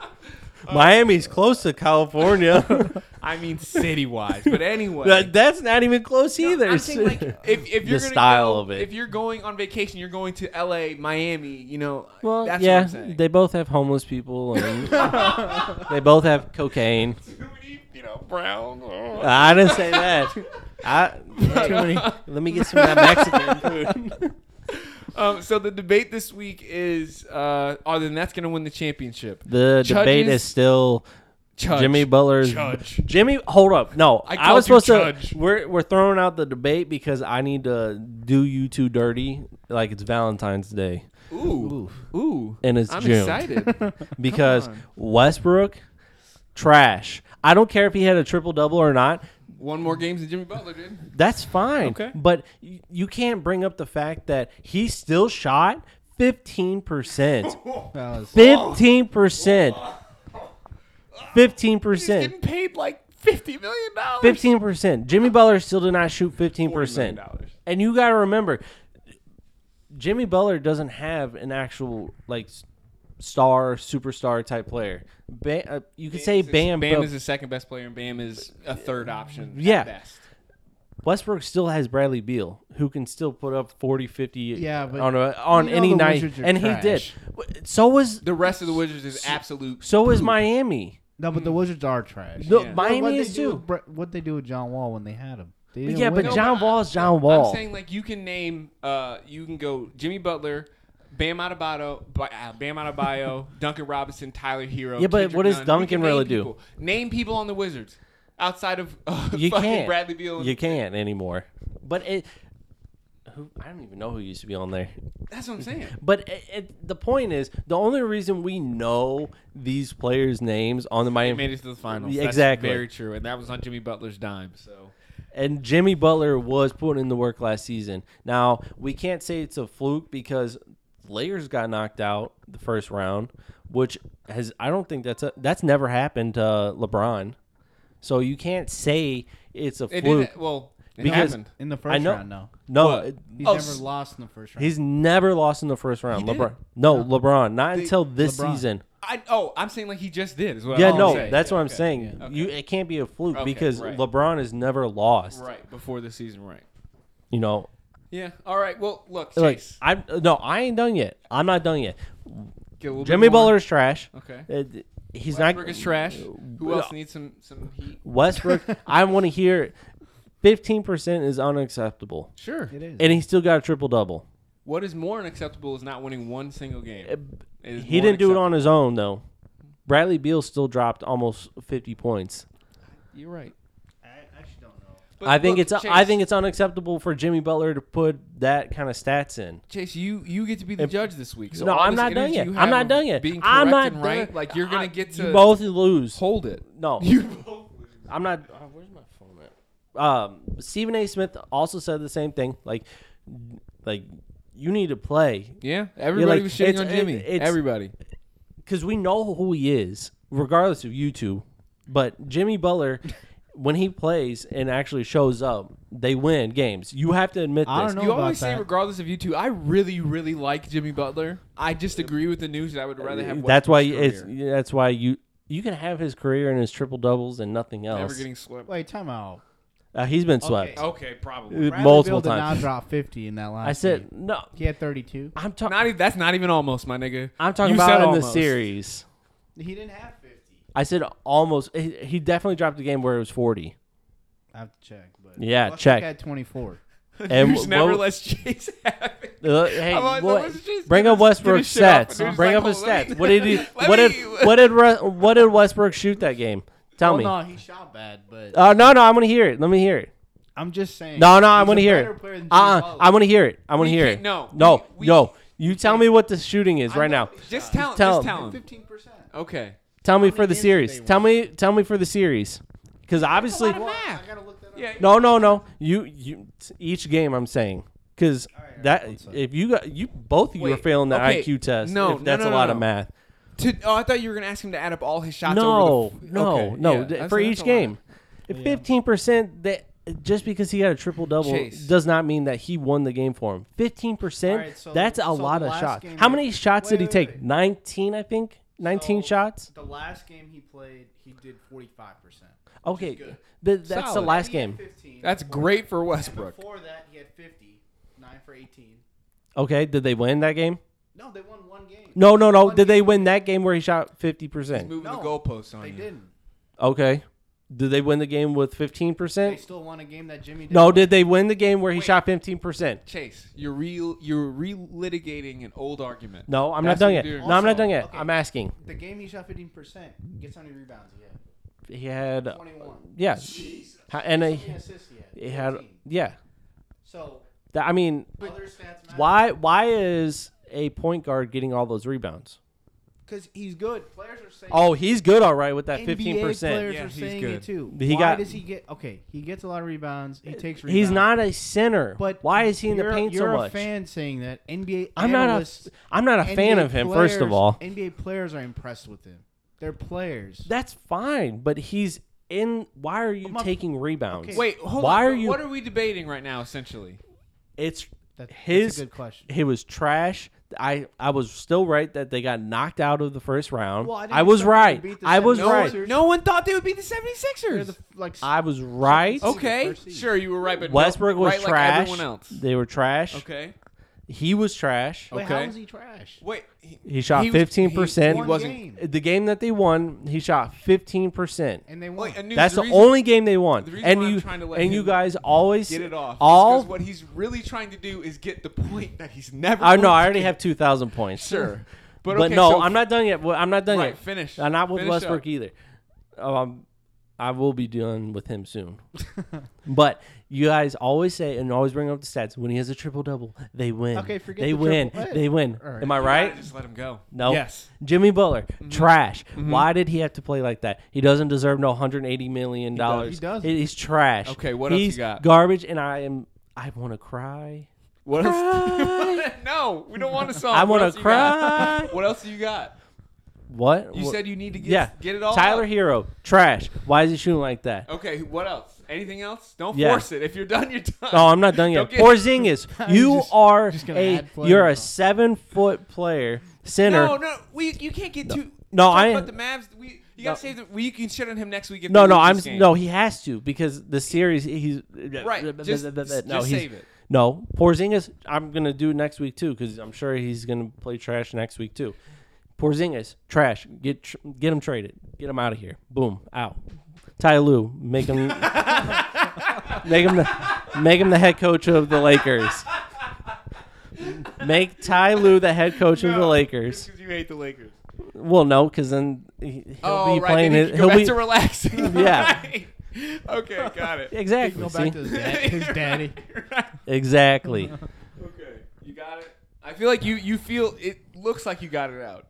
are. Miami's close to California. I mean city wise, but anyway. That- that's not even close either. I'm saying, like, if, if you're The gonna style go- of it. If you're going on vacation, you're going to L.A., Miami. You know, Well, that's yeah, what I'm saying. they both have homeless people, and they both have cocaine. Too many, you know, brown. oh. I didn't say that. I let me get some of that Mexican food. Um, so the debate this oh, week is: uh, Are the Nets going to win the championship? The debate Judges- is still Judge. Jimmy Butler's Judge. Jimmy, hold up. No, I I, called was you supposed Judge. to. We're we're throwing out the debate because I need to do you two dirty like it's Valentine's Day Ooh. Ooh. And it's I'm June. excited. because Westbrook trash. I don't care if he had a triple double or not. One more games than Jimmy Butler did. That's fine. Okay. But y- you can't bring up the fact that he still shot 15%. 15%. 15%. paid like fifty million dollars. 15%. Jimmy Butler still did not shoot 15%. dollars. And you got to remember Jimmy Butler doesn't have an actual like s- star superstar type player. Ba- uh, you could say Bam, Bam but is the second best player, and Bam is a third option. Yeah. At best. Westbrook still has Bradley Beal, who can still put up 40, 50 Yeah, but on, a, on you know any the night. Wizards are And he did. trash. W- So was The rest of the Wizards is absolute. so was Miami. No, but the Wizards are trash. No, Yeah. What- Miami what'd is they do too. with Bre- What they do with John Wall when they had him? They didn't Yeah, but win. No, John but Wall is John Wall. I'm saying like you can name, uh, you can go Jimmy Butler, Bam Adebayo, Ba- uh, Bam Adebayo, Duncan Robinson, Tyler Hero. Yeah, but Kendrick what does Nunn. We can Duncan name really do? people. Name people on the Wizards outside of uh, you fucking can't Bradley Beal. and- You can't anymore. But it, who I don't even know who used to be on there. That's what I'm saying. But it, it, the point is, the only reason we know these players' names on the Miami Made it to the finals. Yeah, That's exactly. very true, and that was on Jimmy Butler's dime. So and Jimmy Butler was putting in the work last season. Now we can't say it's a fluke because Layers got knocked out the first round, which has I don't think that's a, that's never happened to LeBron. So you can't say it's a it fluke. did. Well, it Because- happened. in the I first know. round, no. No, What? it- He's Oh, never s- lost in the first round. He's never lost in the first round. He did. LeBron. No, LeBron. Not until this LeBron. season. I oh, I'm saying like he just did. Is what yeah, I'm no, saying. that's what I'm Oh, Okay. saying. Yeah. You, it can't be a fluke Okay, because right. LeBron has never lost. Right before the season, right? You know, Yeah. All right. Well, look, like Chase. I no, I ain't done yet. I'm not done yet. Get a little bit Jimmy more. Butler's trash. Okay. Uh, he's Westbrook not is trash. Uh, Who else needs some some heat? Westbrook. I want to hear. Fifteen percent is unacceptable, Sure. it is. and he still got a triple double. What is more unacceptable is not winning one single game. It is Uh, He more didn't do it on unacceptable. his own though. Bradley Beal still dropped almost fifty points. You're right. I actually don't know. But I think look, it's Chase, I think it's unacceptable for Jimmy Butler to put that kind of stats in. Chase. You you get to be the judge this week. So no, all I'm this not done energy yet. you I'm have not of done yet. Being I'm correct not and done. right. Like you're gonna I- get you to both lose. hold it. no, You both lose. I'm not. uh, where's my phone at? Um, Stephen A. Smith also said the same thing. Like, like you need to play Yeah. Everybody like, was shitting it's- on it- Jimmy. it's- Everybody. because we know who he is, regardless of you two. But Jimmy Butler, when he plays and actually shows up, they win games. You have to admit this. I don't know You about always say, that. regardless of you two, I really, really like Jimmy Butler. I just agree with the news that I would rather have. Uh, that's why Westbrook's it's career. that's why you you can have his career and his triple doubles and nothing never else. getting swept. Wait, time out. Uh, he's been swept Okay, Oh, probably. uh, Bradley multiple Beal did not times. drop 50 in that last I said game. no. he had 32. I'm talking. Not e- that's not even almost, my nigga. I'm talking You said about in the almost. series. He didn't have 50. I said almost. He, he definitely dropped a game where it was 40. I have to check, but Yeah, Westbrook check. Had 24. And Deuce wh- never what- lets Chase have it. Uh, hey, I'm always what- like, let's just bring get this- up get Westbrook's this shit off. stats. Dude, it's Bring like, up his hold on, let stats. me- What did he? let What did? me- What did? Re- What did Westbrook shoot that game? Tell Well, me. no, he shot bad, but Uh, no, no, I'm gonna hear it. Let me hear it. I'm just saying. No, no, I he's want a to hear better player it. than Uh, Jimmy uh Butler. I want to hear it. I want to hear can't- it. no, no, we- we- no. You tell me what the shooting is right now. Just tell him. tell Just him. tell him. 15%. Oh. Okay. Tell me for many the games did series. they Tell me. Tell me for the series. Because obviously, I gotta look that up. Yeah. no, no, no. You, you. Each game, I'm saying. Because one that sec. if you got you both of you are Wait, failing the okay. IQ test. No, if no, that's no, a lot no. of math. To, oh, I thought you were gonna ask him to add up all his shots. No, over the f- no, okay, no. yeah, th- that's- for that's each a lot. game, fifteen percent. That just because he had a triple double Chase. does not mean that he won the game for him. Fifteen percent. All right, so- that's a so the lot of last shots. game How that- many shots Wait, did he wait, take? wait. Nineteen, I think. Nineteen So, shots. The last game he played, he did 45%. Okay, good. but that's the Solid. last He had game. 15. That's great for Westbrook. Before that, he had 50, 9 for 18. Okay, did they win that game? No, they won one game. No, no, no. One Did they game. win that game where he shot fifty He's percent? moving the No, goalposts on They you. didn't. Okay. Did they win the game with fifteen They percent? still won a game that Jimmy did. No. Did they win the game where he shot fifteen percent? Chase, you're real. You're relitigating an old argument. No, I'm That's not what done you're yet. doing. No, I'm not Also, done yet. okay. I'm asking. The game he shot 15%. Guess how many rebounds he had? he had 21. yeah, Ha- and he, he had yeah. So That, I mean, other stats matter. why why is a point guard getting all those rebounds? Because he's good. Players are saying. Oh, he's good, all right, with that NBA fifteen Players percent. Yeah, are he's saying good. it too. He why got- does he get? Okay, he gets a lot of rebounds. He takes. rebounds. He's not a center, But but why is he in the you're- paint so you're a much? fan saying that NBA. I'm not a analysts, I'm not a NBA fan of him. first of players- all, NBA players are impressed with him. They're players. that's fine, but he's in. Why are you My- taking rebounds? okay. Wait, hold why on. are you? What are we debating right now? Essentially, it's That- that's a his good question. He was trash. I I was still right that they got knocked out of the first round. Well, I I, didn't was expect them to right. beat the I was no, right. Sixers. one, no one thought they would be the They're 76ers. the, like I was right. Okay. okay, First seed. sure, you were right, but no- Westbrook was right trash. Like everyone else. They were trash. Okay. He was trash. Wait, how okay. is he trash? Wait. He, He shot was- he- 15%. He, One wasn't. game. The game that they won, he shot 15%. And they won. Wait, and That's the, reason- only game they won. the reason And why I'm you trying to let and you him guys always Get it off. All Because what he's really trying to do is get the point that he's never. I going know I to already get. have 2000 points. Sure. But, But, okay, no, so- I'm not done yet. Well, I'm not done Right, yet. finish. I'm not with Finish Westbrook up. either. Um, I will be done with him soon. but you guys always say and always bring up the stats. When he has a triple double, they win. Okay, forget they the win. triple. Hey, They win. all right. Am I Right? right? Just let him go. No. Yes. Mm-hmm. Jimmy Butler, trash. Why did he have to play like that? He doesn't deserve no 180 million dollars. He doesn't. He's trash. Okay, what else you He's got? Garbage, and I am. I want to cry. What else? no, we don't want a song. I What wanna else you got? cry. what else do you got? What? You What- said you need to get yeah. get it all. Tyler out. Hero, trash. Why is he shooting like that? Okay, what else? Anything else? Don't Yeah. force it. If you're done, you're done. No, Oh, I'm not done yet. Don't get- Porzingis, you just- are just gonna a add players you're a on. seven foot player center. No, no, we you can't get too. No, talk I- about the Mavs. We you gotta No. save the. We can shit on him next week. If no, they no, lose I'm this game. no. He has to because the series. He's uh, Right, just- just- just he's- save it. No, Porzingis. I'm gonna do next week too because I'm sure he's gonna play trash next week too. Porzingis, trash. Get tr- get him traded. Get him out of here. Boom, out. Ty Lue, make him make him the, make him the head coach of the Lakers. Make Ty Lue the head coach of the Lakers. because you hate the Lakers. Well, no, because then he, he'll oh, be right. playing then he his. can go He'll back be to relaxing. Yeah. Right. Okay, got it. exactly. Go see? back to his, dad, his daddy. Exactly. Okay, you got it. I feel like you you feel it looks like you got it out.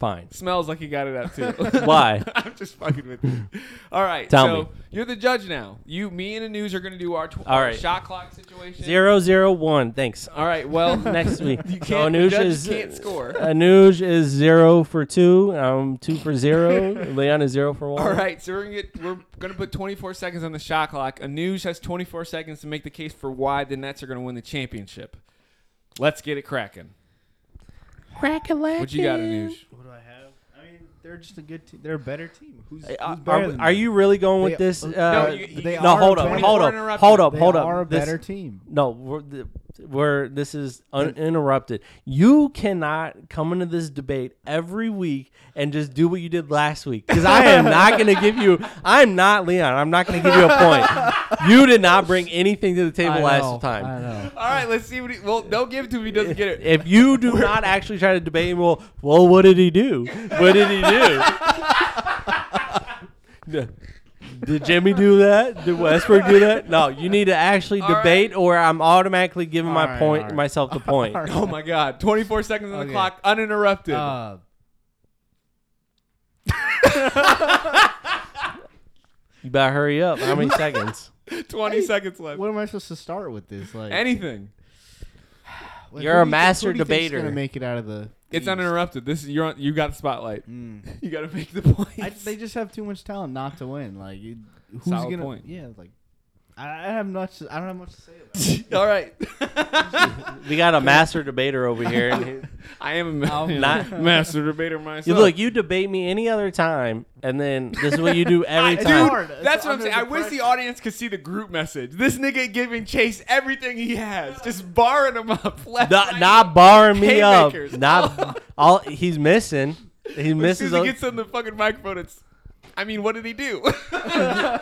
Fine. Smells like you got it out too. Why? I'm just fucking with you. All right. Tell so me. you're the judge now. You, me, and the news are gonna do our, tw- All our right. shot clock situation. Zero zero one. Thanks. All right. Well, Next week. you So can't. the Anuj judge is uh, can't score. Anuj is zero for two. I'm two for zero. Leon is zero for one. All right, so we're gonna get, we're gonna put 24 seconds on the shot clock. Anuj has 24 seconds to make the case for why the Nets are gonna win the championship. Let's get it cracking. Crack a What you got, Anuj? What do I have? I mean, they're just a good team. They're a better team. Who's, who's Are, better than are them? you really going with They- this? Uh, uh, no, you- you- they are hold up, better. hold We're up, interrupted. hold up, They Oh, hold up. are a This- better team. No, we're, th- we're this is uninterrupted. You cannot come into this debate every week and just do what you did last week because I am not going to give you. I'm not Leon. I'm not going to give you a point. You did not bring anything to the table I last know, I time. know. All right, let's see what he. Well, don't give it to him. He doesn't get it. If you do not actually try to debate him, well, well, what did he do? What did he do? Did Jimmy do that? Did Westbrook do that? No, you need to actually All right. debate, or I'm automatically giving my All right, point all right. myself the point. All right. Oh my God! 24 seconds on the Okay. clock, uninterrupted. Uh, You better hurry up. How many seconds? 20 seconds left. what am I supposed to start with this? Like, Anything. like, You're a who do you think- who master do you think's debater. Gonna make it out of the. It's East? uninterrupted. This is you're on, you got the spotlight. Mm. You got to make the points. I, they just have too much talent not to win. Like, you, who's Solid gonna? point. Yeah, like, I, I have much. I don't have much to say about. it. All right. We got a master debater over here. I And am a he, ma- not, master debater myself. you look, you debate me any other time, and then this is what you do every It's time. hard. It's That's what I'm under saying. I wish the pressure. audience could see the group message. This nigga giving Chase everything he has, just barring him up. Left, Not, right, not barring me up. Haymakers. Not all. He's missing. He As soon misses. as he a- gets on the fucking microphone, it's. I mean, what did he do?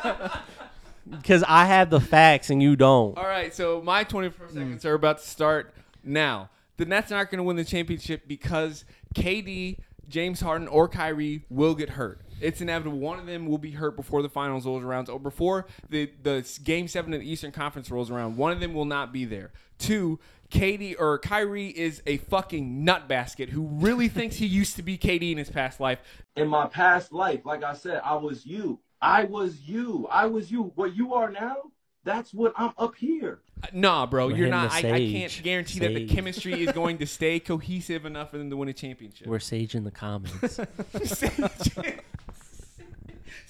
Because I have the facts and you don't. All right, so my 24 Mm. seconds are about to start now. The Nets aren't going to win the championship because KD, James Harden, or Kyrie will get hurt. It's inevitable. One of them will be hurt before the finals rolls around, or before the the s- game seven of the Eastern Conference rolls around. One of them will not be there. Two, Katie or Kyrie is a fucking nutbasket who really thinks he used to be KD in his past life. in my past life, like I said, I was you. I was you. I was you. What you are now, that's what I'm up here. Uh, Nah, bro, We're you're hitting not. I, the I can't sage. guarantee that the Sage. chemistry is going to stay cohesive enough for them to win a championship. We're sage in the comments. Saging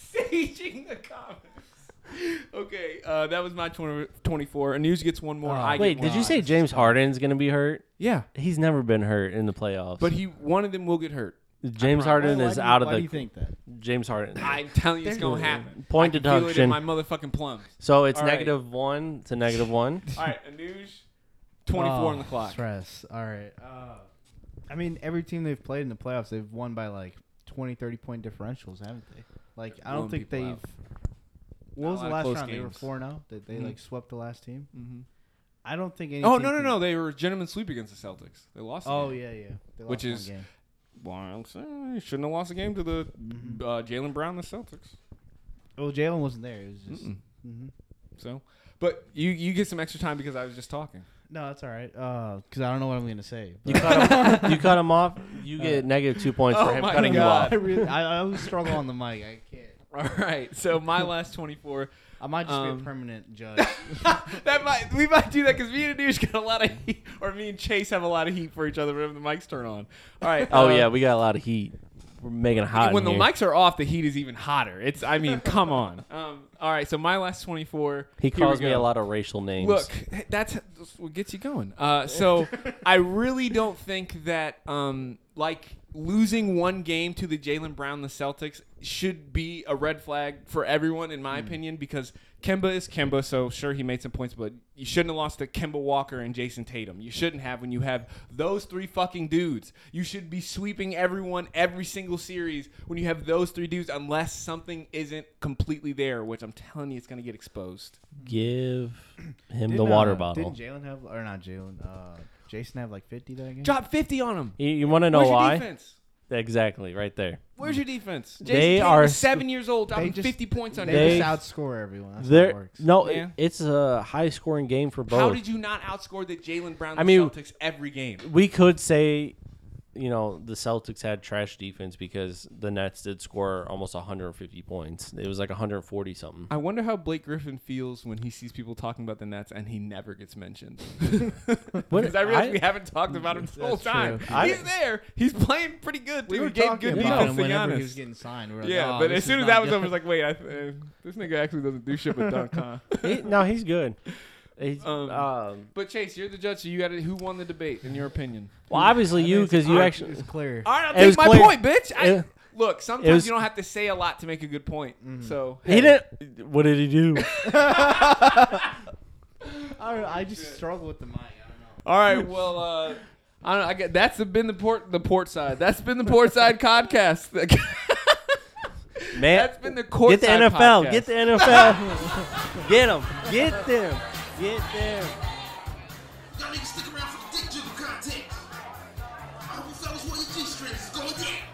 saging the comments. Okay, uh, that was my 20, 24. And news gets one more. I get Wait, one. did you say James Harden's gonna be hurt? Yeah, He's never been hurt in the playoffs. but he one of them will get hurt. James Harden Why is do you- out of why the do you think that? James Harden. I'm telling you, it's gonna happen. Point I can Feel it in deduction. my motherfucking plums. so it's All right. negative one to negative one. All right, a news 24 on the Oh, clock. Stress. All right. Uh, I mean, every team they've played in the playoffs, they've won by like 20, 30 point differentials, haven't they? Like, I Blown don't think people they've. out. What was a the lot of last close round? They were games. 4 0. They, they Mhm. like swept the last team. I don't think any. Oh team no no can- no! They were a gentleman sweep against the Celtics. They lost. the Oh, game. yeah, yeah. They Which lost one is- game. Well, I'm saying, they shouldn't have lost the game to the Mm-hmm. uh, Jalen Brown and the Celtics. Well, Jalen wasn't there. It was just. Mm-mm. hmm So, but you you get some extra time because I was just talking. No, that's all right. Because I don't know what I'm going to say. You but- cut him. You cut him off. You get negative two points Oh for him my cutting God. I, you off. really, I, I always struggle on the mic. I can't. All right. So my last 24. I might just be Um, a permanent judge. that might we might do that because me and Anuj got a lot of heat, or me and Chase have a lot of heat for each other whenever the mics turn on. All right. Oh uh, yeah, we got a lot of heat. We're making it hot. when in the here. mics are off, the heat is even hotter. It's I mean, come on. Um. All right. So my last 24. he Here we calls me go. a lot of racial names. Look, that's that's what gets you going. Uh, so I really don't think that um, like losing one game to the Jalen Brown the Celtics should be a red flag for everyone, in my opinion, because Kemba is Kemba. So sure, he made some points, but you shouldn't have lost to Kemba Walker and Jason Tatum. You shouldn't have when you have those three fucking dudes. You should be sweeping everyone every single series when you have those three dudes, unless something isn't completely there, which I'm telling you, it's gonna get exposed. give him the Didn't, water uh, bottle. Didn't Jalen have or not Jalen? Uh, Jason have like fifty that game. Drop 50 on him. You, want to know Where's your why? defense? Exactly, right there. Where's your defense? Jason They Tatum are- is seven years old, dropping just- 50 points on they you. They- just outscore everyone. That's how it There, works. no, Yeah. it- it's a high-scoring game for both. How did you not outscore the Jalen Brown I mean- Celtics every game? we could say, you know, the Celtics had trash defense because the Nets did score almost 150 points. It was like 140 something. I wonder how Blake Griffin feels when he sees people talking about the Nets and he never gets mentioned. Because I realize I- we haven't talked about him this whole That's time. true. I- he's there. He's playing pretty good. we dude. were He gave talking good about defense him to whenever Giannis. he was getting signed. We were like, yeah, "Oh, but this as is soon as not that was good." over, I was like, wait, I, uh, this nigga actually doesn't do shit but dunk, huh? He- no, he's good. He's, Um, um, but Chase, you're the judge, so you got to who won the debate in your opinion? well, obviously you, because you I- actually. it's clear. All right, I'll It take was my clear- point, bitch. I, it- look, sometimes was- you don't have to say a lot to make a good point. So He didn't. What did he do? I, don't know, I just struggle with the mic. I All right, well, uh, I don't. know, I get that's been the port the port side. That's been the port side podcast. Man, That's been the court Get the side NFL. podcast. Get the NFL. get them. Get them. Get them. Y'all niggas stick around for the dick jiggle contest. I hope you fellas wear your G-strings. It's going down.